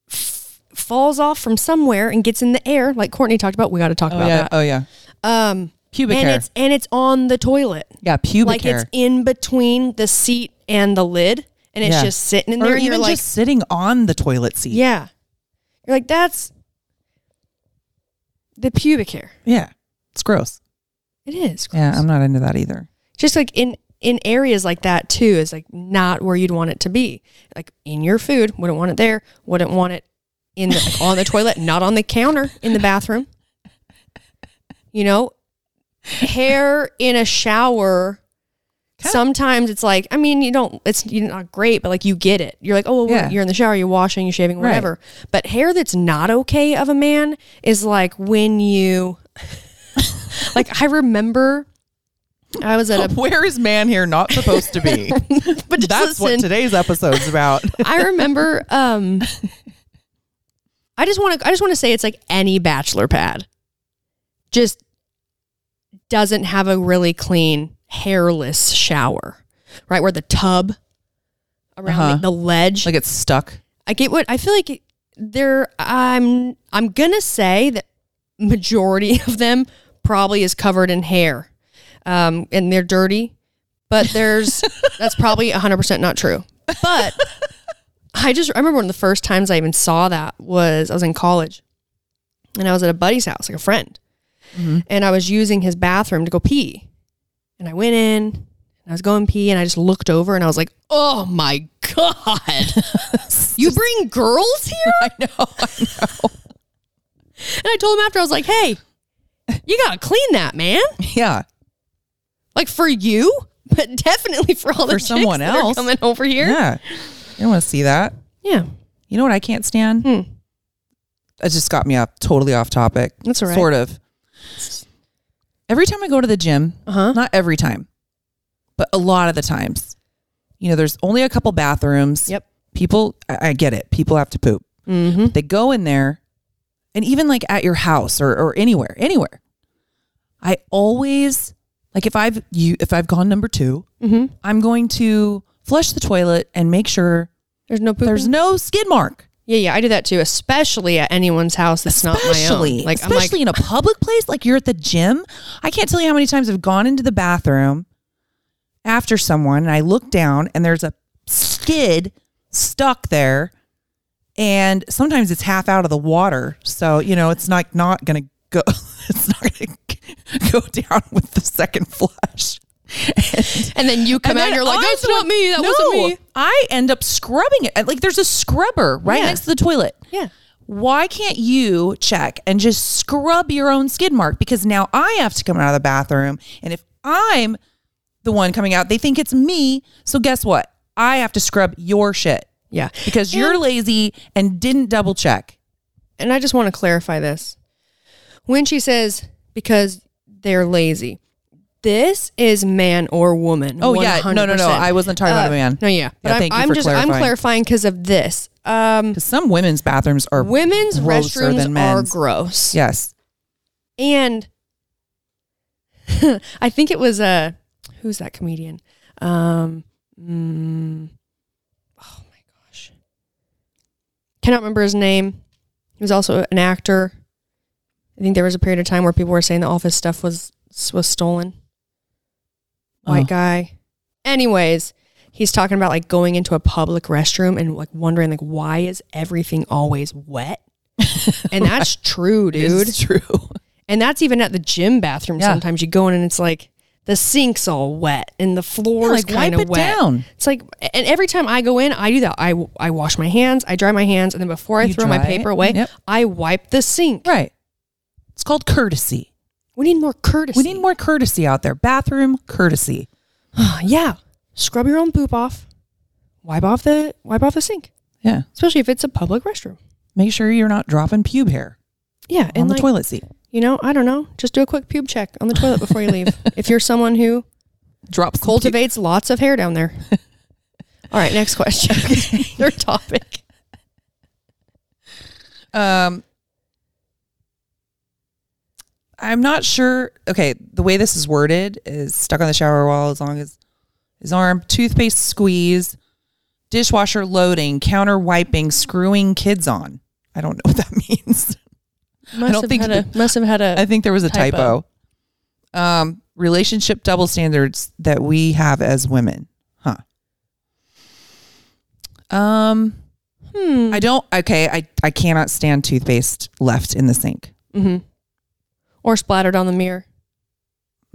[SPEAKER 1] f- falls off from somewhere and gets in the air, like Courtney talked about. We got to talk
[SPEAKER 2] Oh
[SPEAKER 1] about
[SPEAKER 2] yeah.
[SPEAKER 1] that.
[SPEAKER 2] Oh yeah.
[SPEAKER 1] Um,
[SPEAKER 2] Pubic
[SPEAKER 1] and
[SPEAKER 2] hair.
[SPEAKER 1] it's and it's on the toilet,
[SPEAKER 2] Yeah. Pubic
[SPEAKER 1] like
[SPEAKER 2] hair.
[SPEAKER 1] it's in between the seat and the lid, and it's
[SPEAKER 2] Yeah.
[SPEAKER 1] just sitting in there.
[SPEAKER 2] or
[SPEAKER 1] and
[SPEAKER 2] even
[SPEAKER 1] you're like,
[SPEAKER 2] just sitting on the toilet seat.
[SPEAKER 1] yeah, you're like that's the pubic hair.
[SPEAKER 2] Yeah. It's gross.
[SPEAKER 1] It is. Gross.
[SPEAKER 2] Yeah. I'm not into that [LAUGHS] either.
[SPEAKER 1] just like in in areas like that too is like not where you'd want it to be. Like in your food, wouldn't want it there. Wouldn't want it in the, like, on the toilet, not on the counter in the bathroom. You know, hair in a shower.
[SPEAKER 2] Kinda-
[SPEAKER 1] Sometimes it's like I mean you don't it's you're not great but like you get it you're like oh well,
[SPEAKER 2] Yeah.
[SPEAKER 1] you're in the shower you're washing you're shaving
[SPEAKER 2] Right.
[SPEAKER 1] whatever but hair that's not okay of a man is like when you like I remember I was
[SPEAKER 2] [LAUGHS]
[SPEAKER 1] at a
[SPEAKER 2] Where is man hair not supposed to [LAUGHS] be?
[SPEAKER 1] but just
[SPEAKER 2] That's what
[SPEAKER 1] listen.
[SPEAKER 2] today's episode's about.
[SPEAKER 1] I remember. Um, I just want to. I just want to say it's like any bachelor pad, just doesn't have a really clean hairless shower, right? Where the tub around
[SPEAKER 2] Uh-huh.
[SPEAKER 1] the, the ledge.
[SPEAKER 2] [LAUGHS] like it's stuck.
[SPEAKER 1] I get what I feel like. There, I'm. I'm gonna say that majority [LAUGHS] of them probably is covered in hair, um, and they're dirty. But there's that's probably 100 percent not true. But I just I remember one of the first times I even saw that was I was in college, and I was at a buddy's house, like a friend, and I was using his bathroom to go pee, and I went in, and I was going pee, and I just looked over, and I was like, oh my god, [LAUGHS] you bring girls [LAUGHS] here?
[SPEAKER 2] I know.
[SPEAKER 1] And I told him after, I was like, hey, you got to clean that, man.
[SPEAKER 2] Yeah.
[SPEAKER 1] Like for you, but definitely for all the
[SPEAKER 2] For
[SPEAKER 1] chicks
[SPEAKER 2] someone
[SPEAKER 1] that are
[SPEAKER 2] else.
[SPEAKER 1] coming over here.
[SPEAKER 2] Yeah. You don't want to see that.
[SPEAKER 1] Yeah.
[SPEAKER 2] You know what I can't stand?
[SPEAKER 1] Hmm.
[SPEAKER 2] It just got me off totally off topic.
[SPEAKER 1] That's all right.
[SPEAKER 2] Sort of. Every time I go to the gym,
[SPEAKER 1] Uh-huh.
[SPEAKER 2] not every time, but a lot of the times, you know, there's only a couple bathrooms.
[SPEAKER 1] Yep.
[SPEAKER 2] People, I, I get it. People have to poop.
[SPEAKER 1] Mm-hmm.
[SPEAKER 2] They go in there, and even like at your house or, or anywhere, anywhere. I always like if I've you if I've gone number two,
[SPEAKER 1] Mm-hmm.
[SPEAKER 2] I'm going to flush the toilet and make sure
[SPEAKER 1] There's no poop.
[SPEAKER 2] there's no skid mark.
[SPEAKER 1] yeah, yeah, I do that too, especially at anyone's house that's not my
[SPEAKER 2] especially
[SPEAKER 1] own. Like
[SPEAKER 2] especially
[SPEAKER 1] I'm like,
[SPEAKER 2] in a public place like you're at the gym i can't tell you how many times i've gone into the bathroom after someone and i look down and there's a skid stuck there and sometimes it's half out of the water. So, you know, it's not not going to go [LAUGHS] it's not going to [LAUGHS] go down with the second flush. And-
[SPEAKER 1] And then you come
[SPEAKER 2] and
[SPEAKER 1] out and
[SPEAKER 2] then
[SPEAKER 1] you're like,
[SPEAKER 2] I
[SPEAKER 1] that's
[SPEAKER 2] do-
[SPEAKER 1] not me. That
[SPEAKER 2] no,
[SPEAKER 1] wasn't me.
[SPEAKER 2] I end up scrubbing it. Like there's a scrubber right
[SPEAKER 1] Yeah.
[SPEAKER 2] next to the toilet.
[SPEAKER 1] Yeah.
[SPEAKER 2] Why can't you check and just scrub your own skid mark? Because now I have to come out of the bathroom. And if I'm the one coming out, they think it's me. So guess what? I have to scrub your shit
[SPEAKER 1] Yeah.
[SPEAKER 2] because you're lazy and didn't double check.
[SPEAKER 1] and I just want to clarify this. When she says because they're lazy, this is man or woman.
[SPEAKER 2] Oh, yeah. No, no,
[SPEAKER 1] 100%.
[SPEAKER 2] no. I wasn't talking about a man.
[SPEAKER 1] Uh, No, yeah. But I'm,
[SPEAKER 2] thank Uh, you
[SPEAKER 1] I'm
[SPEAKER 2] for
[SPEAKER 1] just I'm
[SPEAKER 2] clarifying.
[SPEAKER 1] clarifying because of this. Um,
[SPEAKER 2] Because some women's bathrooms are
[SPEAKER 1] women's
[SPEAKER 2] grosser than
[SPEAKER 1] restrooms are
[SPEAKER 2] men's.
[SPEAKER 1] gross.
[SPEAKER 2] Yes.
[SPEAKER 1] And [LAUGHS] I think it was uh who's that comedian? Um mm, oh my gosh. Cannot remember his name. He was also an actor. I think there was a period of time where people were saying that all of his stuff was was stolen. White
[SPEAKER 2] Oh.
[SPEAKER 1] guy. Anyways, he's talking about like going into a public restroom and like wondering like why is everything always
[SPEAKER 2] [LAUGHS]
[SPEAKER 1] wet? And that's true, dude.
[SPEAKER 2] It's true.
[SPEAKER 1] And that's even at the gym bathroom.
[SPEAKER 2] Yeah.
[SPEAKER 1] Sometimes you go in and it's like the sink's all wet and the floor's
[SPEAKER 2] like, wipe
[SPEAKER 1] kind of
[SPEAKER 2] it
[SPEAKER 1] wet.
[SPEAKER 2] down.
[SPEAKER 1] It's like, and every time I go in, I do that. I, I wash my hands, I dry my hands, and then before I
[SPEAKER 2] You
[SPEAKER 1] throw my
[SPEAKER 2] dry
[SPEAKER 1] paper
[SPEAKER 2] it,
[SPEAKER 1] away,
[SPEAKER 2] yep.
[SPEAKER 1] I wipe the sink.
[SPEAKER 2] Right. It's called courtesy.
[SPEAKER 1] We need more courtesy.
[SPEAKER 2] We need more courtesy out there. Bathroom courtesy.
[SPEAKER 1] [SIGHS] yeah. Scrub your own poop off. Wipe off the wipe off the sink,
[SPEAKER 2] Yeah.
[SPEAKER 1] especially if it's a public restroom.
[SPEAKER 2] Make sure you're not dropping pube hair
[SPEAKER 1] Yeah,
[SPEAKER 2] on
[SPEAKER 1] and
[SPEAKER 2] the
[SPEAKER 1] like,
[SPEAKER 2] toilet seat.
[SPEAKER 1] you know, I don't know. Just do a quick pube check on the toilet before you leave.
[SPEAKER 2] [LAUGHS]
[SPEAKER 1] if you're someone who
[SPEAKER 2] Drop some pube-
[SPEAKER 1] cultivates lots of hair down [LAUGHS] there. All right, next question. [LAUGHS] Third topic.
[SPEAKER 2] Um, I'm not sure. Okay, the way this is worded is stuck on the shower wall as long as his arm, toothpaste squeeze, dishwasher loading, counter wiping, screwing kids on. I don't know what that [LAUGHS] means.
[SPEAKER 1] Must
[SPEAKER 2] don't
[SPEAKER 1] have
[SPEAKER 2] think
[SPEAKER 1] had a, must have had a
[SPEAKER 2] I think there was a
[SPEAKER 1] Typo.
[SPEAKER 2] typo. Um, relationship double standards that we have as women, huh? Um,
[SPEAKER 1] hmm.
[SPEAKER 2] I don't. Okay, I I cannot stand toothpaste left in the sink.
[SPEAKER 1] Mhm. or splattered on the mirror.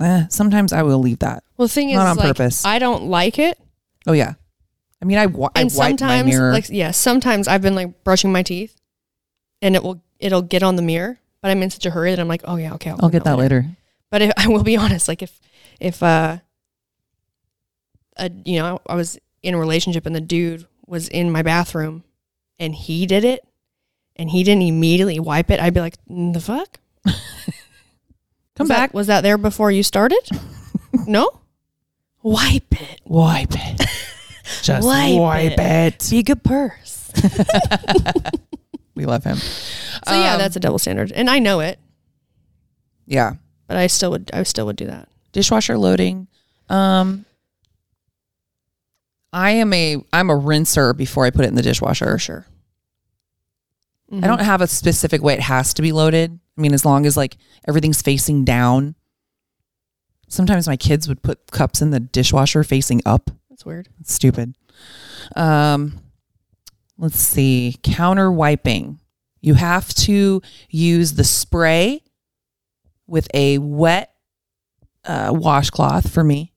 [SPEAKER 2] Eh, sometimes I will leave that.
[SPEAKER 1] Well, the thing is,
[SPEAKER 2] Not on
[SPEAKER 1] like,
[SPEAKER 2] purpose.
[SPEAKER 1] I don't like it,
[SPEAKER 2] Oh yeah, I mean I, wi- I
[SPEAKER 1] and
[SPEAKER 2] wipe my
[SPEAKER 1] sometimes,
[SPEAKER 2] mirror.
[SPEAKER 1] like, yeah, sometimes I've been like brushing my teeth, and it will it'll get on the mirror. But I'm in such a hurry that I'm like, oh yeah, okay,
[SPEAKER 2] I'll
[SPEAKER 1] clean
[SPEAKER 2] get that later.
[SPEAKER 1] But if, [LAUGHS] I will be honest, like if if uh, a, you know, I was in a relationship and the dude was in my bathroom and he did it and he didn't immediately wipe it, I'd be like, "Mm, the [LAUGHS] fuck?
[SPEAKER 2] Come
[SPEAKER 1] Was that-
[SPEAKER 2] back,
[SPEAKER 1] was that there before you started? [LAUGHS] no, wipe it. [LAUGHS]
[SPEAKER 2] wipe it. Just
[SPEAKER 1] Wipe
[SPEAKER 2] wipe,
[SPEAKER 1] it.
[SPEAKER 2] it.
[SPEAKER 1] Be a good purse. So
[SPEAKER 2] We love him.
[SPEAKER 1] yeah,
[SPEAKER 2] Um,
[SPEAKER 1] that's a double standard, and I know it,
[SPEAKER 2] yeah.
[SPEAKER 1] but I still would I still would do that.
[SPEAKER 2] Dishwasher loading. Um, I am a I'm a rinser before I put it in the dishwasher.
[SPEAKER 1] For sure.
[SPEAKER 2] I don't have a specific way it has to be loaded. I mean, as long as like everything's facing down. Sometimes my kids would put cups in the dishwasher facing up.
[SPEAKER 1] That's weird.
[SPEAKER 2] stupid. Um, let's see. Counter wiping. You have to use the spray with a wet uh, washcloth for me,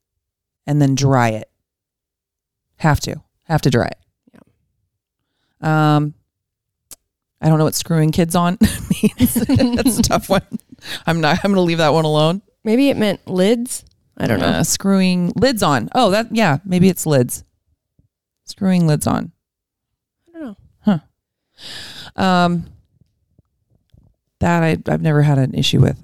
[SPEAKER 2] and then dry it. Have to. Have to dry it. Yeah. Um, I don't know what screwing kids on [LAUGHS] means. That's a tough one. I'm not. I'm going to leave that one alone.
[SPEAKER 1] Maybe it meant lids. I don't know.
[SPEAKER 2] Uh, screwing lids on. Oh, that yeah, maybe it's lids. Screwing lids on.
[SPEAKER 1] I don't know.
[SPEAKER 2] Um, that I, I've never had an issue with.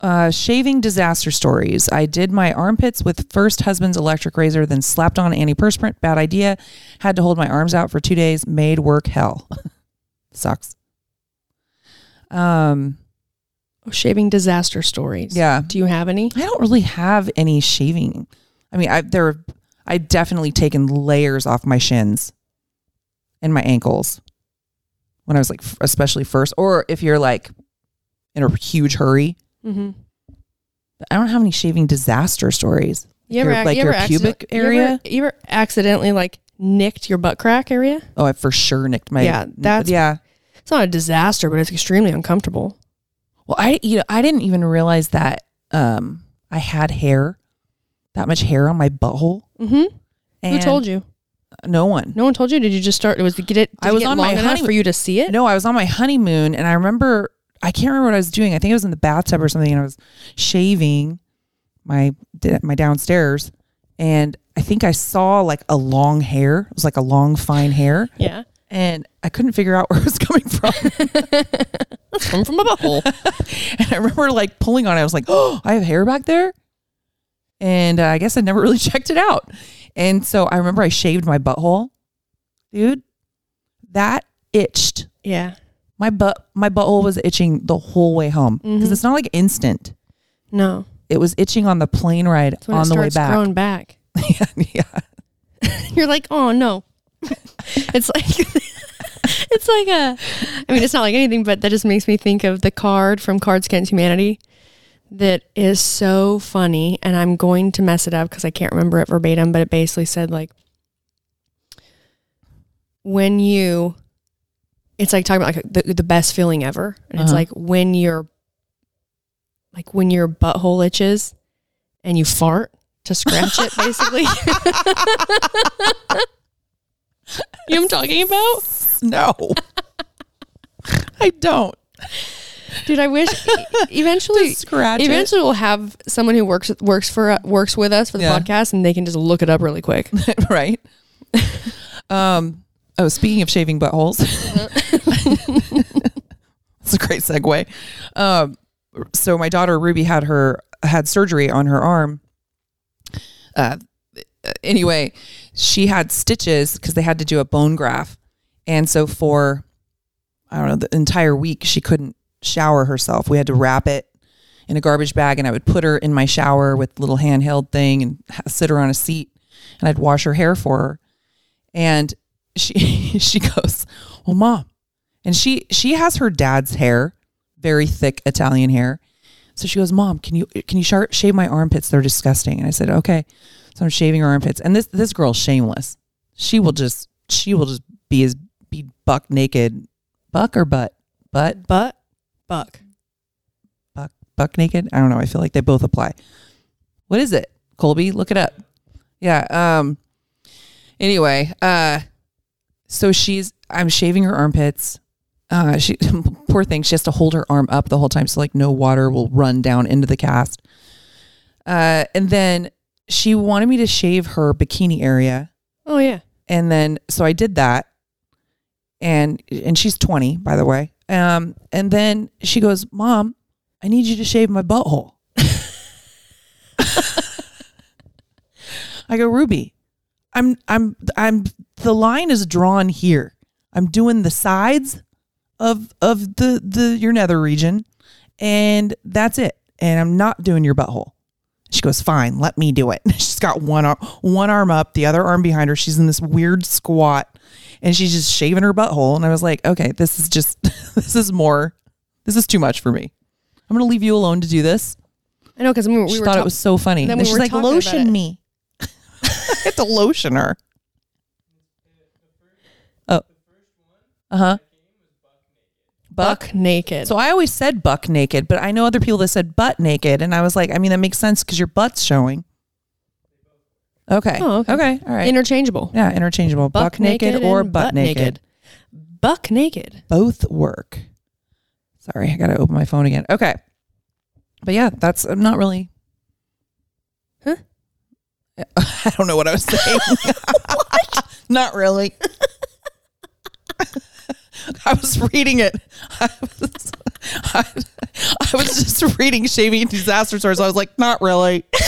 [SPEAKER 2] Uh, shaving disaster stories. I did my armpits with first husband's electric razor, then slapped on antiperspirant. Bad idea. Had to hold my arms out for two days. Made work hell. [LAUGHS] Sucks. Um,
[SPEAKER 1] Oh, shaving disaster stories.
[SPEAKER 2] Yeah.
[SPEAKER 1] Do you have any?
[SPEAKER 2] I don't really have any shaving. I mean, I there I definitely taken layers off my shins and my ankles when I was like, f- especially first, or if you're like in a huge hurry.
[SPEAKER 1] Mm-hmm.
[SPEAKER 2] But I don't have any shaving disaster stories.
[SPEAKER 1] You ever
[SPEAKER 2] Your-
[SPEAKER 1] ac-
[SPEAKER 2] like
[SPEAKER 1] you ever
[SPEAKER 2] your pubic
[SPEAKER 1] accident- you ever-
[SPEAKER 2] area?
[SPEAKER 1] You ever, accidentally like nicked your butt crack area,
[SPEAKER 2] Oh, I for sure nicked my.
[SPEAKER 1] Yeah, that's-
[SPEAKER 2] yeah.
[SPEAKER 1] it's not a disaster, but it's extremely uncomfortable.
[SPEAKER 2] Well, I you know I didn't even realize that um I had hair, that much hair on my butthole.
[SPEAKER 1] Mm-hmm. Who
[SPEAKER 2] And
[SPEAKER 1] told you?
[SPEAKER 2] No one.
[SPEAKER 1] No one told you. Did you just start? It was to get it. Did
[SPEAKER 2] I
[SPEAKER 1] I
[SPEAKER 2] was
[SPEAKER 1] was get
[SPEAKER 2] on
[SPEAKER 1] long
[SPEAKER 2] my
[SPEAKER 1] enough
[SPEAKER 2] honeymoon.
[SPEAKER 1] for you to see it.
[SPEAKER 2] [LAUGHS] No, I was on my honeymoon and I remember I can't remember what I was doing. I think I was in the bathtub or something and I was shaving my my downstairs and I think I saw like a long hair. It was like a long fine hair
[SPEAKER 1] Yeah,
[SPEAKER 2] and I couldn't figure out [LAUGHS] where it was coming from.
[SPEAKER 1] come from a butthole.
[SPEAKER 2] [LAUGHS] and I remember like pulling on it. I was like, "Oh, I have hair back there." And uh, I guess I never [LAUGHS] really checked it out. And so I remember I shaved my butthole. Dude, that itched
[SPEAKER 1] yeah.
[SPEAKER 2] my butt my butthole was itching the whole way home
[SPEAKER 1] Mm-hmm.
[SPEAKER 2] because it's not like instant
[SPEAKER 1] No.
[SPEAKER 2] it was itching on the plane ride
[SPEAKER 1] It's when it
[SPEAKER 2] on the way
[SPEAKER 1] starts
[SPEAKER 2] back
[SPEAKER 1] growing back.
[SPEAKER 2] [LAUGHS] yeah, yeah.
[SPEAKER 1] You're like, oh no. [LAUGHS] it's like [LAUGHS] it's like a I mean it's not like anything, but that just makes me think of the card from Cards Against Humanity that is so funny and I'm going to mess it up because I can't remember it verbatim, but it basically said like when you it's like talking about like the, the best feeling ever. And it's
[SPEAKER 2] Uh-huh.
[SPEAKER 1] like when your like when your butthole itches and you fart to scratch it basically. You know what [LAUGHS] I'm talking about?
[SPEAKER 2] no [LAUGHS] i don't
[SPEAKER 1] Dude, I wish e- eventually
[SPEAKER 2] scratch it
[SPEAKER 1] eventually we'll have someone who works works for works with us for the
[SPEAKER 2] Yeah.
[SPEAKER 1] podcast and they can just look it up really quick.
[SPEAKER 2] right um oh speaking of shaving buttholes [LAUGHS] that's a great segue um so my daughter ruby had her had surgery on her arm uh anyway she had stitches because they had to do a bone graft and so for i don't know the entire week she couldn't shower herself we had to wrap it in a garbage bag and i would put her in my shower with little handheld thing and ha- sit her on a seat and I'd wash her hair for her. And she [LAUGHS] she goes, "Well, mom," and she she has her dad's hair, very thick Italian hair. So she goes, "Mom, can you can you shar shave my armpits? They're disgusting." And I said, "Okay." So I'm shaving her armpits, and this this girl's shameless. She will just she will just be as be buck naked, buck or butt, [LAUGHS] butt
[SPEAKER 1] But buck.
[SPEAKER 2] buck buck naked. I don't know. I feel like they both apply. What is it, Colby? Look it up. Yeah. Um. Anyway, uh, so she's I'm shaving her armpits. Uh, she [LAUGHS] poor thing. She has to hold her arm up the whole time, so like no water will run down into the cast. Uh, and then she wanted me to shave her bikini area.
[SPEAKER 1] Oh yeah.
[SPEAKER 2] And then so I did that. And and she's 20, by the way. Um and then she goes, "Mom, I need you to shave my butthole." [LAUGHS] I go, "Ruby, I'm I'm I'm the line is drawn here. I'm doing the sides of of the the your nether region and that's it. And I'm not doing your butthole." She goes, "Fine, let me do it." [LAUGHS] She's got one arm, one arm up, the other arm behind her. She's in this weird squat, and she's just shaving her butthole. And I was like, "Okay, this is just, [LAUGHS] this is more, this is too much for me. I'm gonna leave you alone to do this."
[SPEAKER 1] I know because we, were- we
[SPEAKER 2] she
[SPEAKER 1] were
[SPEAKER 2] thought
[SPEAKER 1] talk-
[SPEAKER 2] it was so funny.
[SPEAKER 1] then
[SPEAKER 2] And
[SPEAKER 1] we
[SPEAKER 2] she's
[SPEAKER 1] were
[SPEAKER 2] like,
[SPEAKER 1] talking about
[SPEAKER 2] "Lotion
[SPEAKER 1] it.
[SPEAKER 2] me." [LAUGHS] I have to lotion her. Oh, uh huh. Buck.
[SPEAKER 1] buck naked.
[SPEAKER 2] So I always said buck naked, but I know other people that said butt naked, and I was like, I mean, that makes sense because your butt's showing. Okay.
[SPEAKER 1] Oh, okay.
[SPEAKER 2] All right.
[SPEAKER 1] Interchangeable.
[SPEAKER 2] yeah, interchangeable. Buck, naked, or
[SPEAKER 1] and
[SPEAKER 2] butt, naked.
[SPEAKER 1] naked. Buck naked.
[SPEAKER 2] Both work. Sorry, I gotta open my phone again. Okay. But yeah, that's I'm not really.
[SPEAKER 1] Huh?
[SPEAKER 2] [LAUGHS] I don't know what I was saying. [LAUGHS] not really. [LAUGHS] I was reading it. I was, I, I was just reading Shaving Disaster Source. I was like, not really. [LAUGHS]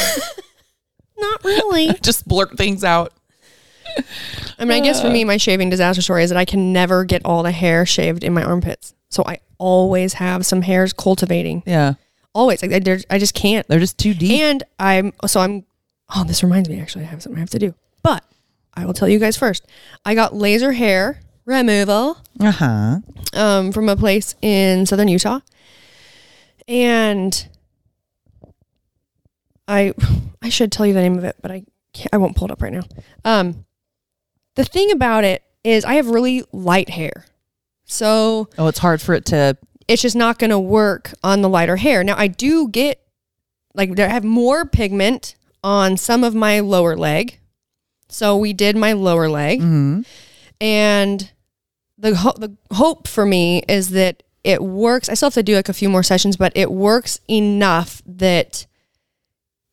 [SPEAKER 1] Not really.
[SPEAKER 2] Just blurt things out.
[SPEAKER 1] [LAUGHS] I mean, I guess for me, my shaving disaster story is that I can never get all the hair shaved in my armpits. So I always have some hairs cultivating.
[SPEAKER 2] Yeah.
[SPEAKER 1] Always. Like I, there- I just can't.
[SPEAKER 2] They're just too deep.
[SPEAKER 1] And I'm so I'm oh, this reminds me actually I have something I have to do. But I will tell you guys first. I got laser hair removal
[SPEAKER 2] Uh huh.
[SPEAKER 1] um from a place in southern Utah. And I I should tell you the name of it, but I can't, I won't pull it up right now. Um The thing about it is, I have really light hair. So
[SPEAKER 2] Oh, it's hard for it to.
[SPEAKER 1] it's just not going to work on the lighter hair. Now, I do get like I have more pigment on some of my lower leg. So we did my lower leg
[SPEAKER 2] Mhm.
[SPEAKER 1] and the ho- the hope for me is that it works. I still have to do like a few more sessions, but it works enough that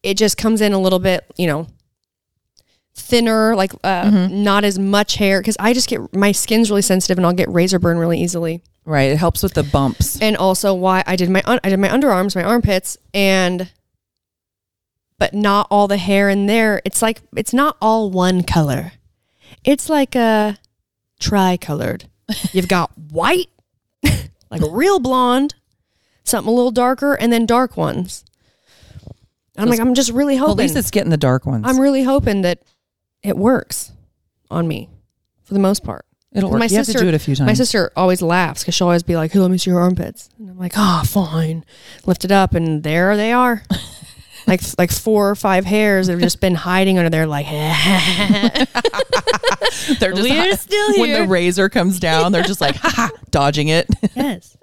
[SPEAKER 1] it just comes in a little bit, you know, thinner, like uh, not as much hair because I just get my skin's really sensitive and I'll get razor burn really easily
[SPEAKER 2] Right. It helps with the bumps.
[SPEAKER 1] and also why I did my un- I did my underarms, my armpits, and but not all the hair in there. It's like it's not all one color. It's like a tri-colored. You've got white, [LAUGHS] like a real blonde, something a little darker, and then dark ones. I'm like, I'm just really
[SPEAKER 2] Well,
[SPEAKER 1] hoping.
[SPEAKER 2] at least it's getting the dark ones.
[SPEAKER 1] I'm really hoping that it works on me for the most part.
[SPEAKER 2] It'll work.
[SPEAKER 1] My
[SPEAKER 2] you have
[SPEAKER 1] sister-
[SPEAKER 2] to do it a few times.
[SPEAKER 1] My sister always laughs because she'll always be like, "Who let me see your armpits?" And I'm like, "Ah, fine." Lift it up, and there they
[SPEAKER 2] [LAUGHS]
[SPEAKER 1] are, like like four or five hairs that have just been hiding under there. Like, [LAUGHS]
[SPEAKER 2] they're just
[SPEAKER 1] We're still
[SPEAKER 2] when the
[SPEAKER 1] here.
[SPEAKER 2] razor comes down, they're just like, ha ha, dodging it. [LAUGHS]
[SPEAKER 1] yes,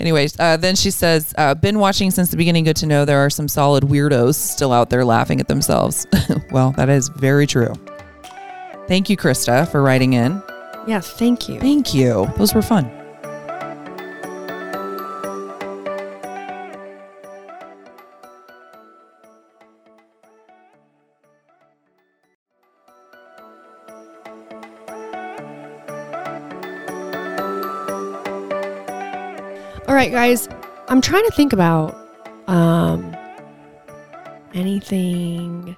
[SPEAKER 2] Anyways, uh, then she says, uh, been watching since the beginning. Good to know there are some solid weirdos still out there laughing at themselves. [LAUGHS] well, that is very true. Thank you, Krista, for writing in.
[SPEAKER 1] yeah. Thank you.
[SPEAKER 2] Thank you. Those were fun.
[SPEAKER 1] All right, guys. I'm trying to think about um, anything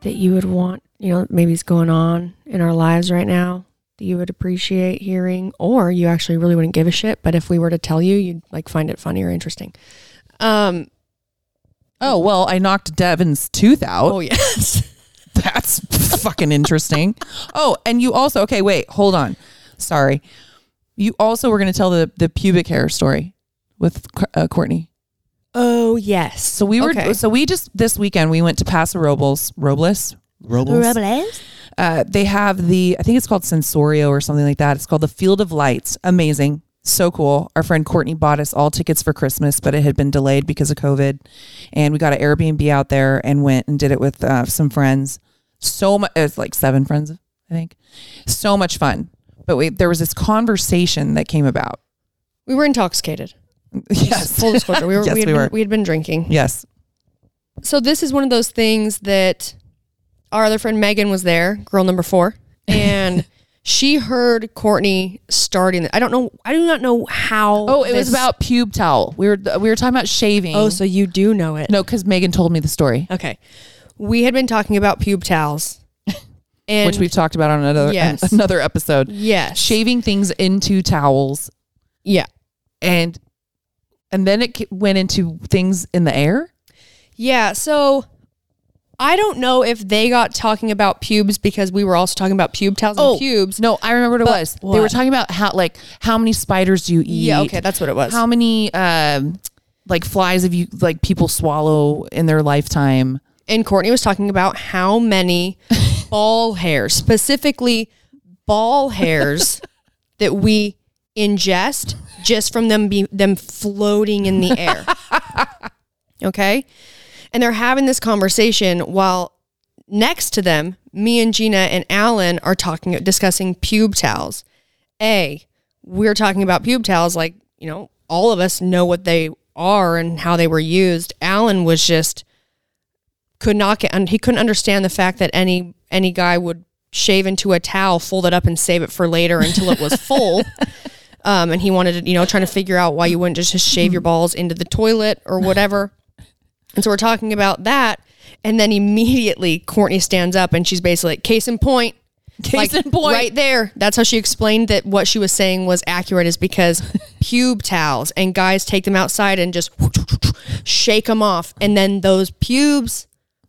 [SPEAKER 1] that you would want, you know, maybe is going on in our lives right now that you would appreciate hearing, or you actually really wouldn't give a shit. But if we were to tell you, you'd like find it funny or interesting. Um,
[SPEAKER 2] Oh, well, I knocked Devin's tooth out.
[SPEAKER 1] oh [LAUGHS] yes.
[SPEAKER 2] [LAUGHS] That's fucking interesting. Oh, and you also, okay, wait, hold on. Sorry. You also were going to tell the, the pubic hair story with Cor- uh, Courtney.
[SPEAKER 1] Oh yes.
[SPEAKER 2] So we were
[SPEAKER 1] Okay.
[SPEAKER 2] so we just this weekend we went to Paso Robles Robles. Robles. Uh, they have the I think it's called Sensorio or something like that. It's called the Field of Lights. Amazing. So cool. Our friend Courtney bought us all tickets for Christmas, but it had been delayed because of COVID. And we got an Airbnb out there and went and did it with uh, some friends. So much, it's like seven friends, I think. So much fun. But we, there was this conversation that came about. [LAUGHS]
[SPEAKER 1] We were intoxicated.
[SPEAKER 2] Yes.
[SPEAKER 1] Full disclosure. We were,
[SPEAKER 2] [LAUGHS] Yes,
[SPEAKER 1] we, had
[SPEAKER 2] we
[SPEAKER 1] been,
[SPEAKER 2] were.
[SPEAKER 1] we had been drinking.
[SPEAKER 2] Yes.
[SPEAKER 1] So this is one of those things that our other friend Megan was there, girl number four,
[SPEAKER 2] [LAUGHS]
[SPEAKER 1] and she heard Courtney starting. I don't know. I do not know how.
[SPEAKER 2] Oh, it was
[SPEAKER 1] this-
[SPEAKER 2] about pube towel. We were we were talking about shaving.
[SPEAKER 1] Oh, so you do know it.
[SPEAKER 2] no, because Megan told me the story,
[SPEAKER 1] Okay. We had been talking about pube towels, and
[SPEAKER 2] [LAUGHS] which we've talked about on another
[SPEAKER 1] Yes.
[SPEAKER 2] an- another episode.
[SPEAKER 1] yes,
[SPEAKER 2] Shaving things into towels,
[SPEAKER 1] yeah,
[SPEAKER 2] and and then it ca- went into things in the air.
[SPEAKER 1] yeah. So. I don't know if they got talking about pubes because we were also talking about pube towels
[SPEAKER 2] Oh,
[SPEAKER 1] and pubes.
[SPEAKER 2] No, I remember what it
[SPEAKER 1] Oh, But
[SPEAKER 2] was. They
[SPEAKER 1] what?
[SPEAKER 2] were talking about how like how many spiders do you eat?
[SPEAKER 1] Yeah, okay, that's what it was.
[SPEAKER 2] How many um like flies have you like people swallow in their lifetime?
[SPEAKER 1] and Courtney was talking about how many ball hairs, specifically ball hairs, that we ingest just from them be, them floating in the air. okay, and they're having this conversation while next to them, me and Gina and Alan are talking discussing pube towels. A, we're talking about pube towels, like you know, all of us know what they are and how they were used. Alan was just could not get and he couldn't understand the fact that any any guy would shave into a towel fold it up and save it for later until it was full um, and he wanted to you know trying to figure out why you wouldn't just, just shave your balls into the toilet or whatever and so we're talking about that and then immediately courtney stands up and she's basically like case in point
[SPEAKER 2] Case
[SPEAKER 1] like,
[SPEAKER 2] in point.
[SPEAKER 1] right there that's how she explained that what she was saying was accurate is
[SPEAKER 2] [LAUGHS]
[SPEAKER 1] because pube towels and guys take them outside and just shake them off and then those pubes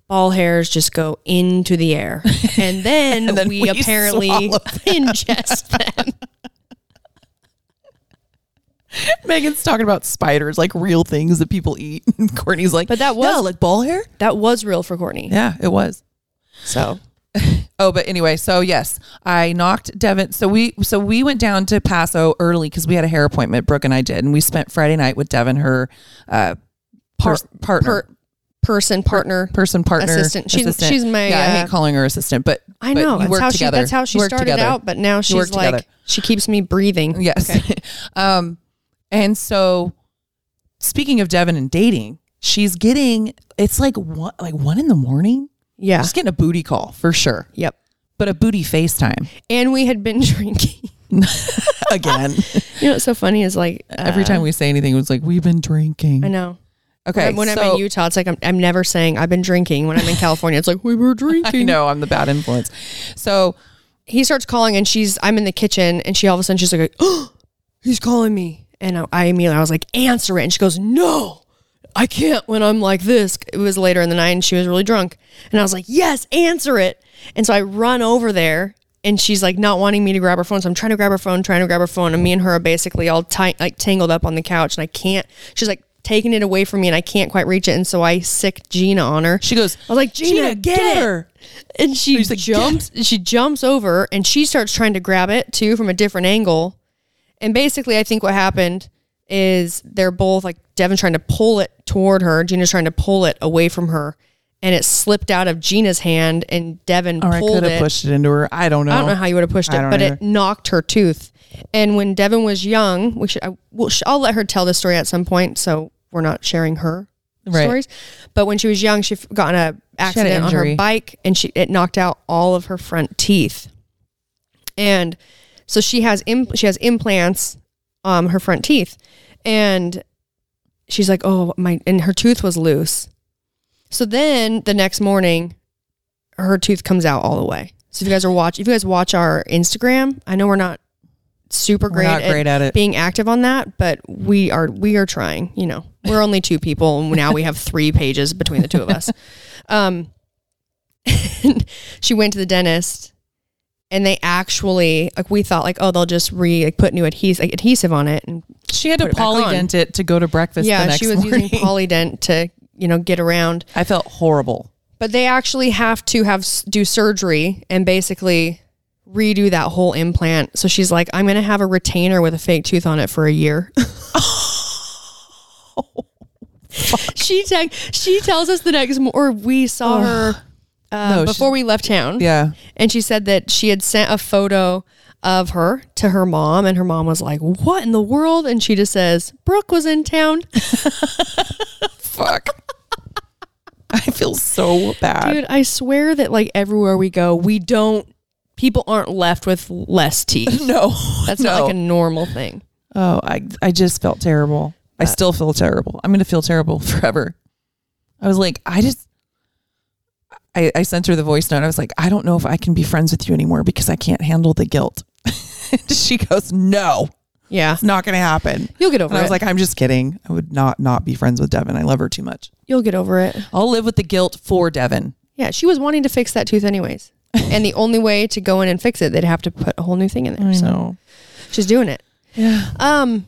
[SPEAKER 1] ball hairs just go into the
[SPEAKER 2] [LAUGHS]
[SPEAKER 1] air and then,
[SPEAKER 2] And then
[SPEAKER 1] we,
[SPEAKER 2] we
[SPEAKER 1] apparently [LAUGHS]
[SPEAKER 2] swallow them.
[SPEAKER 1] ingest them
[SPEAKER 2] Megan's talking about spiders, like real things that people eat. [LAUGHS] And Courtney's like,
[SPEAKER 1] But that
[SPEAKER 2] "Yeah,
[SPEAKER 1] was-
[SPEAKER 2] like ball hair.
[SPEAKER 1] that was real for courtney [LAUGHS]
[SPEAKER 2] Yeah, it was.
[SPEAKER 1] so
[SPEAKER 2] Oh, but anyway, so yes, I knocked Devin. So we so we went down to Paso early because we had a hair appointment. Brooke and I did, and we spent Friday night with Devin, her uh, par- partner,
[SPEAKER 1] Per, person, partner.
[SPEAKER 2] person, partner,
[SPEAKER 1] Assistant. She's-
[SPEAKER 2] assistant.
[SPEAKER 1] she's my,
[SPEAKER 2] Yeah, I
[SPEAKER 1] uh,
[SPEAKER 2] hate calling her assistant, but
[SPEAKER 1] I
[SPEAKER 2] but
[SPEAKER 1] know.
[SPEAKER 2] you
[SPEAKER 1] That's
[SPEAKER 2] work
[SPEAKER 1] how
[SPEAKER 2] together.
[SPEAKER 1] she. That's how she
[SPEAKER 2] You work
[SPEAKER 1] started
[SPEAKER 2] together.
[SPEAKER 1] out. But now she's
[SPEAKER 2] work
[SPEAKER 1] like
[SPEAKER 2] together.
[SPEAKER 1] she keeps me breathing.
[SPEAKER 2] Yes. [LAUGHS] um, and so, speaking of Devin and dating, she's getting it's like one like one in the morning.
[SPEAKER 1] Yeah.
[SPEAKER 2] She's getting a booty call for sure,
[SPEAKER 1] Yep.
[SPEAKER 2] but a
[SPEAKER 1] [LAUGHS]
[SPEAKER 2] booty FaceTime
[SPEAKER 1] And we had been drinking.
[SPEAKER 2] again.
[SPEAKER 1] you know what's so funny is like uh,
[SPEAKER 2] [LAUGHS] Every time we say anything, it was like we've been drinking.
[SPEAKER 1] I know.
[SPEAKER 2] Okay,
[SPEAKER 1] when
[SPEAKER 2] so,
[SPEAKER 1] I'm in Utah, it's like I'm, I'm never saying I've been drinking. When I'm in California, it's like we were
[SPEAKER 2] you
[SPEAKER 1] drinking.
[SPEAKER 2] know I'm the bad influence. So
[SPEAKER 1] He starts calling, and she's I'm in the kitchen, and she all of a sudden she's like, [GASPS] "Oh, he's calling me," and I, I immediately I was like, "Answer it," and she goes, "No." I can't when I'm like this. It was later in the night and she was really drunk. And I was like, yes, answer it. And so I run over there and she's like not wanting me to grab her phone. So I'm trying to grab her phone, trying to grab her phone. And me and her are basically all ti- like tangled up on the couch and I can't, she's like taking it away from me and I can't quite reach it. And so I sick Gina on her.
[SPEAKER 2] she goes,
[SPEAKER 1] I was like, Gina, get, it.
[SPEAKER 2] her.
[SPEAKER 1] And she
[SPEAKER 2] She's like,
[SPEAKER 1] jumps. She jumps over and she starts trying to grab it too from a different angle. And basically, I think what happened is they're both like Devin's trying to pull it toward her. Gina's trying to pull it away from her, and it slipped out of Gina's hand, and Devin
[SPEAKER 2] Or I
[SPEAKER 1] pulled
[SPEAKER 2] could
[SPEAKER 1] it.
[SPEAKER 2] have pushed it into her. I don't know.
[SPEAKER 1] I don't know how you would have pushed
[SPEAKER 2] I
[SPEAKER 1] it,
[SPEAKER 2] don't
[SPEAKER 1] but
[SPEAKER 2] either.
[SPEAKER 1] it knocked her tooth. And when Devin was young, we should I, well, sh- I'll let her tell this story at some point, so we're not sharing her
[SPEAKER 2] Right.
[SPEAKER 1] stories. But when she was young, she f- got in a accident on her
[SPEAKER 2] injury.
[SPEAKER 1] bike, and she it knocked out all of her front teeth. And so she has imp- she has implants, um, her front teeth, and she's like, oh my, and her tooth was loose. So then the next morning, her tooth comes out all the way. So if you guys are watch, if you guys watch our Instagram, I know we're not super
[SPEAKER 2] We're
[SPEAKER 1] great,
[SPEAKER 2] not great at it.
[SPEAKER 1] being active on that, but we are we are trying. You know, we're only two people, and now we have three pages between the two of
[SPEAKER 2] [LAUGHS]
[SPEAKER 1] us. Um, [LAUGHS] she went to the dentist, and they actually like we thought like oh they'll just re like, put new adhesive like, adhesive on it, and
[SPEAKER 2] She had to
[SPEAKER 1] Put it back on.
[SPEAKER 2] polydent it to go to breakfast. the
[SPEAKER 1] yeah,
[SPEAKER 2] next
[SPEAKER 1] she was
[SPEAKER 2] morning.
[SPEAKER 1] using Polydent to you know get around.
[SPEAKER 2] [LAUGHS] I felt horrible.
[SPEAKER 1] But they actually have to have s- do surgery and basically redo that whole implant. So she's like, I'm gonna have a retainer with a fake tooth on it for a year. [LAUGHS] she te- she tells us the next mo- or we saw her uh,
[SPEAKER 2] No,
[SPEAKER 1] before we left town.
[SPEAKER 2] Yeah.
[SPEAKER 1] And she said that she had sent a photo of her to her mom, and her mom was like, What in the world? And she just says, Brooke was in town.
[SPEAKER 2] Fuck. [LAUGHS] I feel so bad.
[SPEAKER 1] Dude, I swear that like everywhere we go, we don't people aren't left with less [LAUGHS] teeth.
[SPEAKER 2] [LAUGHS] no.
[SPEAKER 1] That's
[SPEAKER 2] no.
[SPEAKER 1] not like a normal thing.
[SPEAKER 2] Oh, I I just felt terrible. I still feel terrible. I'm gonna feel terrible [LAUGHS] forever. I was like, I just I, I sent her the voice note. I was like, I don't know if I can be friends with you anymore because I can't handle the guilt. [LAUGHS] she goes, No,
[SPEAKER 1] Yeah.
[SPEAKER 2] it's not gonna happen.
[SPEAKER 1] You'll get over
[SPEAKER 2] And I
[SPEAKER 1] it.
[SPEAKER 2] was like, I'm just kidding. I would not not be friends with Devin. I love her too much.
[SPEAKER 1] You'll get over it.
[SPEAKER 2] I'll live with the guilt for Devin.
[SPEAKER 1] Yeah, she was wanting to fix that tooth [LAUGHS] anyways. and the only way to go in and fix it, they'd have to put a whole new thing in there. so
[SPEAKER 2] So
[SPEAKER 1] she's doing it.
[SPEAKER 2] yeah.
[SPEAKER 1] Um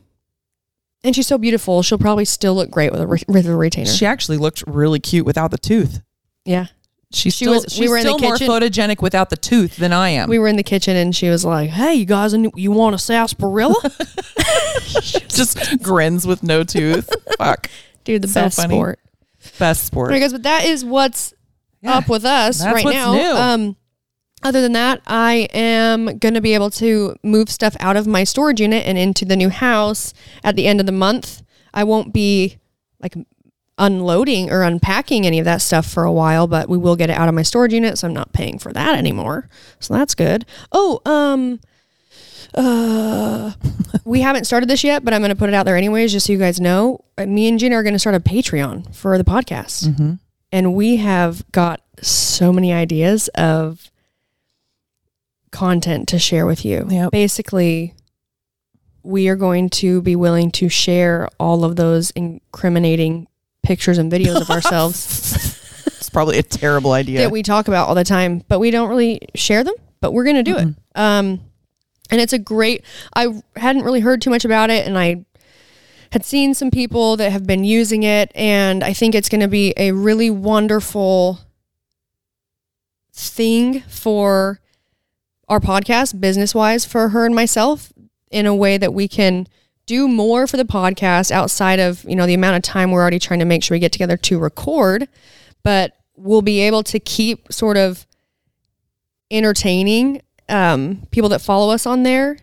[SPEAKER 1] and she's so beautiful. She'll probably still look great with a, re- with a retainer.
[SPEAKER 2] She actually looked really cute without the tooth.
[SPEAKER 1] yeah.
[SPEAKER 2] She's
[SPEAKER 1] She
[SPEAKER 2] still,
[SPEAKER 1] was- we
[SPEAKER 2] she's
[SPEAKER 1] were in the
[SPEAKER 2] still more
[SPEAKER 1] kitchen.
[SPEAKER 2] photogenic without the tooth than I am. [LAUGHS]
[SPEAKER 1] We were in the kitchen and she was like, "Hey, you guys, and you want a sarsaparilla?"
[SPEAKER 2] just grins with
[SPEAKER 1] [LAUGHS]
[SPEAKER 2] no tooth. Fuck.
[SPEAKER 1] [LAUGHS] Dude, the
[SPEAKER 2] So
[SPEAKER 1] best
[SPEAKER 2] funny.
[SPEAKER 1] sport.
[SPEAKER 2] Best
[SPEAKER 1] All right,
[SPEAKER 2] sport.
[SPEAKER 1] guys, but that is what's
[SPEAKER 2] Yeah.
[SPEAKER 1] up with us
[SPEAKER 2] That's
[SPEAKER 1] right
[SPEAKER 2] what's
[SPEAKER 1] now.
[SPEAKER 2] new.
[SPEAKER 1] Um, other than that, I am going to be able to move stuff out of my storage unit and into the new house at the end of the month. I won't be like unloading or unpacking any of that stuff for a while, but we will get it out of my storage unit, so I'm not paying for that anymore. So that's good. Oh, um uh we haven't started this yet, but I'm going to put it out there anyways just so you guys know. Uh, Me and Gina are going to start a Patreon for the podcast and we have got so many ideas of content to share with you.
[SPEAKER 2] Yep.
[SPEAKER 1] Basically, we are going to be willing to share all of those incriminating pictures and videos of ourselves
[SPEAKER 2] It's probably a terrible idea.
[SPEAKER 1] that we talk about all the time, but we don't really share them, but we're going to do it. Um, and it's a great, I hadn't really heard too much about it, and I had seen some people that have been using it, and I think it's going to be a really wonderful thing for our podcast, business wise, for her and myself, in a way that we can do more for the podcast outside of you know the amount of time we're already trying to make sure we get together to record, but we'll be able to keep sort of entertaining um, people that follow us on there,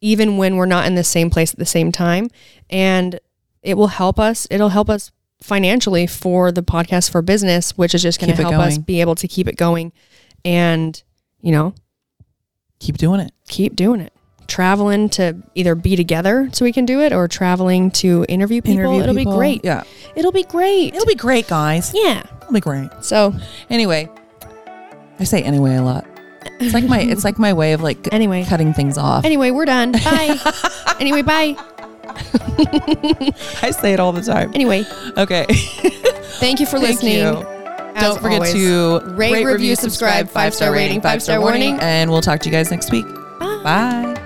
[SPEAKER 1] even when we're not in the same place at the same time, and it will help us. It'll help us financially for the podcast for business, which is just going
[SPEAKER 2] Keep
[SPEAKER 1] to
[SPEAKER 2] it
[SPEAKER 1] help us
[SPEAKER 2] going.
[SPEAKER 1] be able to keep it going, and you know
[SPEAKER 2] Keep doing it.
[SPEAKER 1] keep doing it. Traveling to either be together so we can do it or traveling to interview people. It'll
[SPEAKER 2] people.
[SPEAKER 1] be great.
[SPEAKER 2] Yeah.
[SPEAKER 1] It'll be great.
[SPEAKER 2] It'll be great, guys.
[SPEAKER 1] yeah.
[SPEAKER 2] It'll be great.
[SPEAKER 1] So
[SPEAKER 2] Anyway, I say anyway a lot. It's like my it's like my way of like
[SPEAKER 1] Anyway.
[SPEAKER 2] cutting things off.
[SPEAKER 1] anyway, we're
[SPEAKER 2] [LAUGHS]
[SPEAKER 1] done. Bye. anyway, bye.
[SPEAKER 2] I say it all the time.
[SPEAKER 1] Anyway, [LAUGHS]
[SPEAKER 2] Okay.
[SPEAKER 1] thank you for
[SPEAKER 2] Thank
[SPEAKER 1] listening.
[SPEAKER 2] you.
[SPEAKER 1] As
[SPEAKER 2] Don't forget
[SPEAKER 1] always,
[SPEAKER 2] to
[SPEAKER 1] rate, review, subscribe, five star rating, five star warning.
[SPEAKER 2] and we'll talk to you guys next week. Bye.